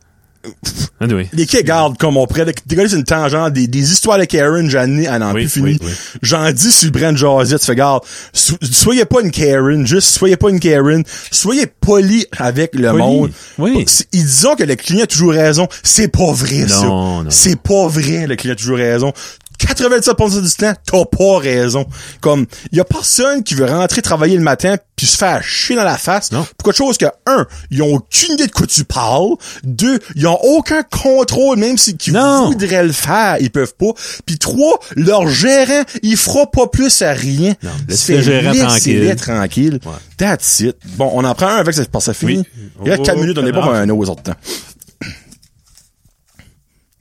Speaker 2: Anyway.
Speaker 1: Les qui gardent comme on pourrait décoller c'est une tangente des, des histoires de Karen, j'en ai à n'en
Speaker 2: Oui,
Speaker 1: plus fini.
Speaker 2: oui, oui.
Speaker 1: J'en dis sur Brand Josette, tu fais garde, so- soyez pas une Karen, juste soyez pas une Karen, soyez poli avec le
Speaker 2: Poli,
Speaker 1: monde.
Speaker 2: oui.
Speaker 1: C'est- Ils disent que le client a toujours raison, c'est pas vrai ça.
Speaker 2: Non, non.
Speaker 1: C'est pas vrai, le client a toujours raison. 97% du temps, t'as pas raison. Comme, y a personne qui veut rentrer travailler le matin puis se faire chier dans la face
Speaker 2: Non.
Speaker 1: pour quelque chose que, un, ils ont aucune idée de quoi tu parles. Deux, ils ont aucun contrôle, même si qu'ils
Speaker 2: Non.
Speaker 1: voudraient le faire, ils peuvent pas. Puis trois, leur gérant, il fera pas plus à rien.
Speaker 2: Non, laisse
Speaker 1: C'est
Speaker 2: le gérant
Speaker 1: laissez-les
Speaker 2: tranquille.
Speaker 1: tranquille.
Speaker 2: Ouais.
Speaker 1: That's it. Bon, on en prend un avec cette passe à fini.
Speaker 2: Oui.
Speaker 1: Il reste
Speaker 2: Oh,
Speaker 1: 4 minutes, on est pas
Speaker 2: non.
Speaker 1: pour un autre autre temps. hein.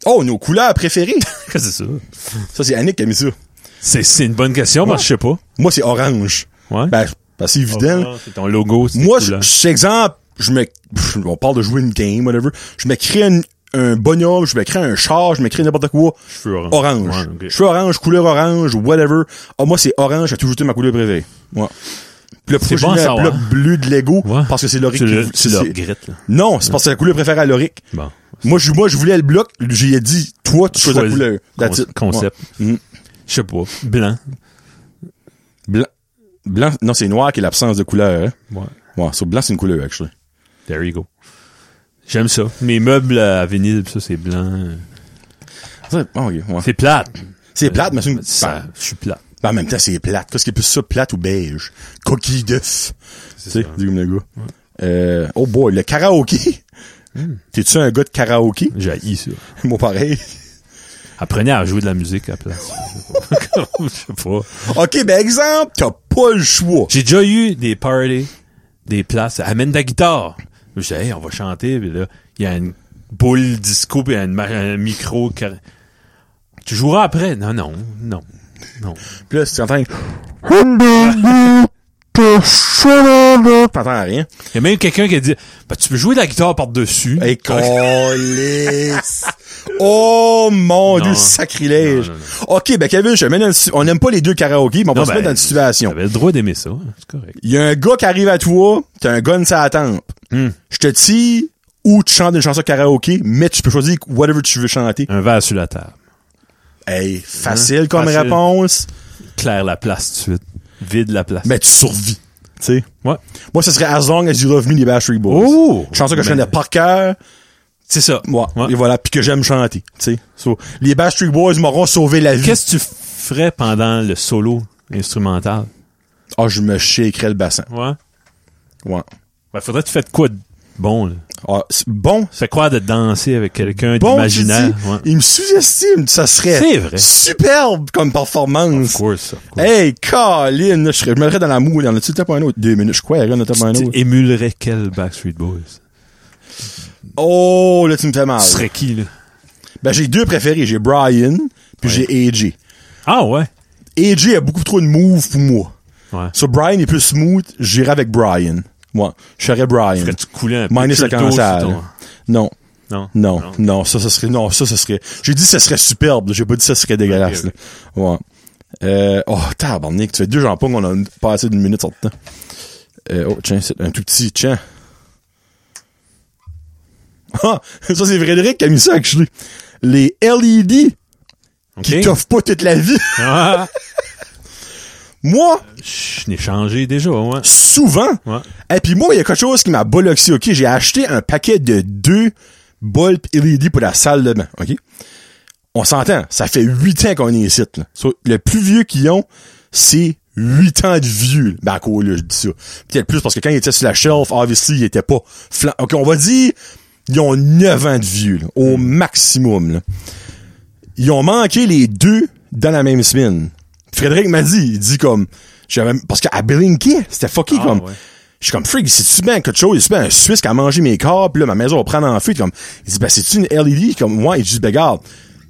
Speaker 1: Oh, nos couleurs préférées.
Speaker 2: Qu'est-ce que c'est ça?
Speaker 1: Ça, c'est Annick qui a mis ça.
Speaker 2: C'est, c'est une bonne question, parce que je sais pas.
Speaker 1: Moi, c'est orange.
Speaker 2: Ouais.
Speaker 1: Ben, ben, c'est évident.
Speaker 2: Ah, c'est ton logo. c'est hein.
Speaker 1: Moi,
Speaker 2: tes
Speaker 1: je,
Speaker 2: couleurs.
Speaker 1: je- exemple, je me, pff, on parle de jouer une game, whatever. Je me crée une- un bonhomme, je me crée un char, je me crée n'importe quoi.
Speaker 2: Cheveux orange.
Speaker 1: Orange.
Speaker 2: Ouais, ok.
Speaker 1: Je suis orange, couleur orange, whatever. Ah, moi, c'est orange, j'ai toujours été ma couleur préférée. Ouais. Puis là, pourquoi
Speaker 2: C'est bon
Speaker 1: j'ai
Speaker 2: à
Speaker 1: mis un
Speaker 2: savoir.
Speaker 1: bloc bleu de Lego?
Speaker 2: Ouais.
Speaker 1: Parce que c'est Loric.
Speaker 2: Tu
Speaker 1: qui-
Speaker 2: le, tu
Speaker 1: c'est-
Speaker 2: le
Speaker 1: c'est-
Speaker 2: regrettes, là.
Speaker 1: Non, c'est parce que c'est la couleur préférée à Loric.
Speaker 2: Bon.
Speaker 1: Moi, je, moi, je voulais le bloc. J'ai dit, toi, tu choisis la
Speaker 2: Choisis.
Speaker 1: couleur. That's
Speaker 2: Con-
Speaker 1: it.
Speaker 2: Concept.
Speaker 1: Ouais. Mm.
Speaker 2: Je sais pas. Blanc.
Speaker 1: Blanc. Blanc. Non, c'est noir qui est l'absence de couleur. hein.
Speaker 2: Ouais.
Speaker 1: Ouais, sur blanc, c'est une couleur, actually.
Speaker 2: There you go. J'aime ça. Mes meubles à vinyle, ça, c'est blanc.
Speaker 1: C'est, ah, ok, ouais.
Speaker 2: C'est plate.
Speaker 1: c'est plate, mais c'est une...
Speaker 2: Ça, je suis plate.
Speaker 1: Ben, en même temps, c'est plate. Qu'est-ce qui est plus ça, plate ou beige? Coquille d'œuf. Tu sais, dis comme le gars. Euh, oh boy, le karaoké.
Speaker 2: Hmm.
Speaker 1: T'es-tu un gars de karaoké?
Speaker 2: J'ai haï ça.
Speaker 1: Moi, pareil.
Speaker 2: Apprenez à jouer de la musique à place. je sais pas.
Speaker 1: OK, ben, exemple, t'as pas le choix.
Speaker 2: J'ai déjà eu des parties, des places. Amène ta guitare. Je dis, hey, on va chanter. Puis là, il y a une boule disco, puis il y a une ma- un micro. car- Tu joueras après. Non, non, non. Non.
Speaker 1: Puis là, si tu entends... T'entends rien.
Speaker 2: Il y a même quelqu'un qui a dit, ben, tu peux jouer de la guitare par-dessus.
Speaker 1: Hey, colisse. Oh mon
Speaker 2: Non.
Speaker 1: dieu, sacrilège.
Speaker 2: Non, non,
Speaker 1: OK, ben Kevin, je te mets dans une si- on n'aime pas les deux karaokés, mais on va
Speaker 2: Non,
Speaker 1: se
Speaker 2: ben,
Speaker 1: mettre dans une situation.
Speaker 2: T'avais le droit d'aimer ça. hein, C'est correct.
Speaker 1: Il y a un gars qui arrive à toi, t'as un gun sur la tempe.
Speaker 2: Hmm.
Speaker 1: Je te tire ou tu chantes une chanson karaoké, mais tu peux choisir whatever tu veux chanter.
Speaker 2: Un verre sur la table.
Speaker 1: Hey, facile
Speaker 2: Hein,
Speaker 1: comme
Speaker 2: facile.
Speaker 1: réponse,
Speaker 2: Claire la place tout de suite. Vide la place.
Speaker 1: mais tu survis. Tu sais.
Speaker 2: Ouais.
Speaker 1: Moi, ce serait As Long As You Love Me des Backstreet Boys.
Speaker 2: Oh!
Speaker 1: Chanson que je
Speaker 2: Mais-
Speaker 1: connais par cœur.
Speaker 2: C'est ça.
Speaker 1: Ouais.
Speaker 2: Ouais.
Speaker 1: Et voilà, puis que j'aime chanter, tu sais. So, les Backstreet Boys m'auront sauvé la vie.
Speaker 2: Qu'est-ce que tu ferais pendant le solo instrumental?
Speaker 1: Ah, je me shakerais le bassin.
Speaker 2: Ouais.
Speaker 1: Ouais.
Speaker 2: Ben, faudrait que tu fasses de quoi de bon, là?
Speaker 1: Ah, c'est bon,
Speaker 2: Fais croire de danser avec quelqu'un
Speaker 1: bon, tu
Speaker 2: d'imaginaire.
Speaker 1: dis,
Speaker 2: Ouais.
Speaker 1: il me sous-estime, ça serait
Speaker 2: C'est vrai.
Speaker 1: superbe comme performance.
Speaker 2: Of course, of course.
Speaker 1: Hey, Colin, je, serais- je me mettrais dans la moue, dans le tu tapes un autre, deux minutes, je crois, il y en a tapé un
Speaker 2: Ben, Tu
Speaker 1: autre.
Speaker 2: émulerais quel Backstreet Boys?
Speaker 1: Oh, là, tu me fais mal.
Speaker 2: Tu serais qui, là?
Speaker 1: Ben, j'ai deux préférés, j'ai Brian, puis j'ai AJ.
Speaker 2: Ah, ouais.
Speaker 1: AJ a beaucoup trop de moves pour moi.
Speaker 2: Ouais.
Speaker 1: So, Brian est plus smooth, j'irai avec Brian. Moi, je serais Brian.
Speaker 2: Ferais-tu couler un peu
Speaker 1: Minus
Speaker 2: sur
Speaker 1: le
Speaker 2: le dos
Speaker 1: cancer.
Speaker 2: sur ton-
Speaker 1: là. Non.
Speaker 2: Non.
Speaker 1: Non, non, ça, ça serait, non, ça, ça serait, j'ai dit ça serait superbe, j'ai pas dit ça serait dégueulasse,
Speaker 2: Ok, ok.
Speaker 1: là. Ouais. Euh, oh, tabarnak, tu fais deux jambons on a pas assez d'une minute sur le temps. Euh, oh, tiens, c'est un tout petit, tiens. Ah, ça, c'est Frédéric qui a mis ça, actually. Les LED
Speaker 2: Ok.
Speaker 1: qui t'offrent pas toute la vie.
Speaker 2: Ah,
Speaker 1: Moi,
Speaker 2: je n'ai changé déjà, ouais.
Speaker 1: souvent,
Speaker 2: Ouais.
Speaker 1: Et puis moi, il y a quelque chose qui m'a boloxé. OK, j'ai acheté un paquet de deux bol pis LED pour la salle de bain, OK? On s'entend, ça fait huit ans qu'on est ici. Là. So, le plus vieux qu'ils ont, c'est huit ans de vieux. là. Ben, à quoi, là, je dis ça. Peut-être plus, parce que quand ils étaient sur la shelf, obviously, ils étaient pas... flan- OK, on va dire, ils ont 9 ans de vieux, là, au maximum. Là ils ont manqué les deux dans la même semaine. Frédéric m'a dit, il dit comme, j'avais, parce qu'à Belinquet, c'était fucké,
Speaker 2: Ah,
Speaker 1: comme,
Speaker 2: ouais.
Speaker 1: je suis comme, Frig, c'est-tu bien quelque chose? C'est bien un Suisse qui a mangé mes corps, puis là, ma maison va prendre en fuite, comme, il dit, ben, c'est-tu une LED? Je suis Comme, moi, il dit, ben, garde,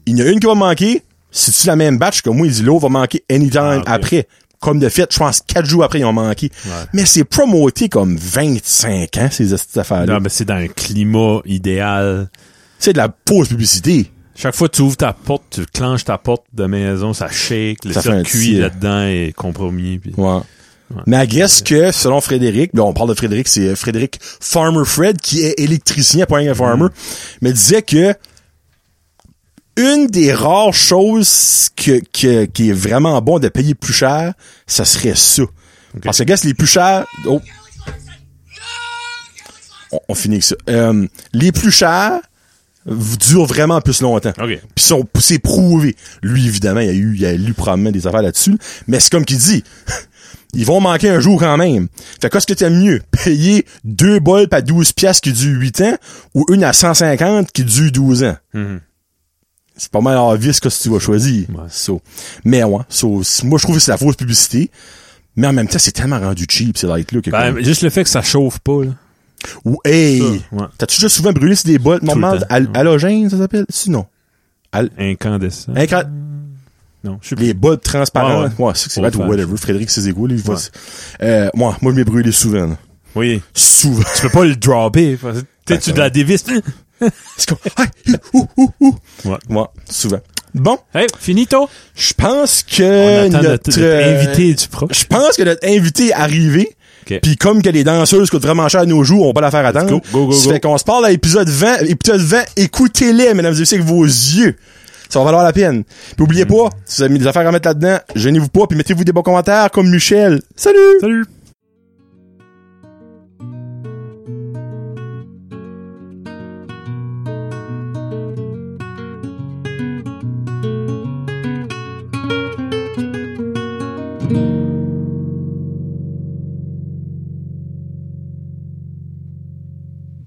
Speaker 1: il y en a une qui va manquer, c'est-tu la même batch? Comme moi, il dit, l'eau va manquer anytime
Speaker 2: Ah, ok.
Speaker 1: après. Comme de fait, je pense, quatre jours après, ils ont manqué. Mais c'est promoté comme 25 ans, ces petites affaires-là.
Speaker 2: Non, mais c'est dans un climat idéal.
Speaker 1: C'est de la pause publicité.
Speaker 2: Chaque fois que tu ouvres ta porte, tu clenches ta porte de maison, ça shake, le
Speaker 1: Ça fait un
Speaker 2: circuit
Speaker 1: petit, euh,
Speaker 2: là-dedans est compromis. Puis...
Speaker 1: Ouais. Mais I guess que, selon Frédéric, là, on parle de Frédéric, c'est euh, Frédéric Farmer Fred, qui est électricien, pas un farmer, mais disait que une des rares choses que, que- qui est vraiment bon de payer plus cher, ça serait ça. Parce que, I guess, les plus chers... Oh, on, on finit avec ça. Euh, les plus chers v- durent vraiment plus longtemps.
Speaker 2: OK.
Speaker 1: Puis sont- c'est prouvé. Lui, évidemment, il a eu, il a lu probablement des affaires là-dessus. Mais c'est comme qu'il dit, ils vont manquer un jour quand même. Fait qu'est-ce que t'aimes mieux? Payer deux bols à 12 piastres qui durent 8 ans ou une à 150 qui dure 12 ans?
Speaker 2: Mhm.
Speaker 1: C'est pas mal obvious que tu vas choisir.
Speaker 2: Ouais.
Speaker 1: So, mais ouais, so, c- moi je trouve que c'est la fausse publicité. Mais en même temps, c'est tellement rendu cheap, ces lights-là. que
Speaker 2: Ben,
Speaker 1: comme-
Speaker 2: juste le fait que ça chauffe pas, là.
Speaker 1: Ou, hey!
Speaker 2: Ça, ouais.
Speaker 1: T'as-tu déjà souvent brûlé sur des bols normales?
Speaker 2: temps,
Speaker 1: hal-
Speaker 2: ouais.
Speaker 1: halogènes, ça s'appelle? Sinon.
Speaker 2: Incandescent.
Speaker 1: Incroyable.
Speaker 2: Non, je sais plus.
Speaker 1: les bulbes transparents.
Speaker 2: Ouais,
Speaker 1: Ouais,
Speaker 2: ouais.
Speaker 1: c'est que c'est bad ou
Speaker 2: Old
Speaker 1: whatever. Frédéric Cézégo, lui, il va...
Speaker 2: Ouais.
Speaker 1: Euh, moi, moi, je m'ai brûlé souvent. là.
Speaker 2: Oui.
Speaker 1: Souvent.
Speaker 2: Tu peux pas le dropper. parce que, Tu sais, tu
Speaker 1: Ben,
Speaker 2: la dévisses.
Speaker 1: C'est comme... Hey, hi, ouh, ouh, ouh.
Speaker 2: Ouais.
Speaker 1: Ouais, souvent. Bon,
Speaker 2: Hey, finito.
Speaker 1: je pense
Speaker 2: On
Speaker 1: que
Speaker 2: attend
Speaker 1: notre...
Speaker 2: notre, notre
Speaker 1: euh,
Speaker 2: invité du proche.
Speaker 1: Je pense que notre invité est arrivé.
Speaker 2: Ok.
Speaker 1: Puis comme que les danseuses coûtent vraiment cher à nos jours, on va la faire attendre.
Speaker 2: go, go, go,
Speaker 1: Ça
Speaker 2: go.
Speaker 1: fait qu'on se parle à épisode 20. Épisode 20, écoutez-les, mesdames et messieurs, avec vos yeux. Ça va valoir la peine. Puis
Speaker 2: Mm.
Speaker 1: oubliez pas, si vous avez des affaires à mettre là-dedans, gênez-vous pas, puis mettez-vous des bons commentaires comme Michel. Salut!
Speaker 2: Salut.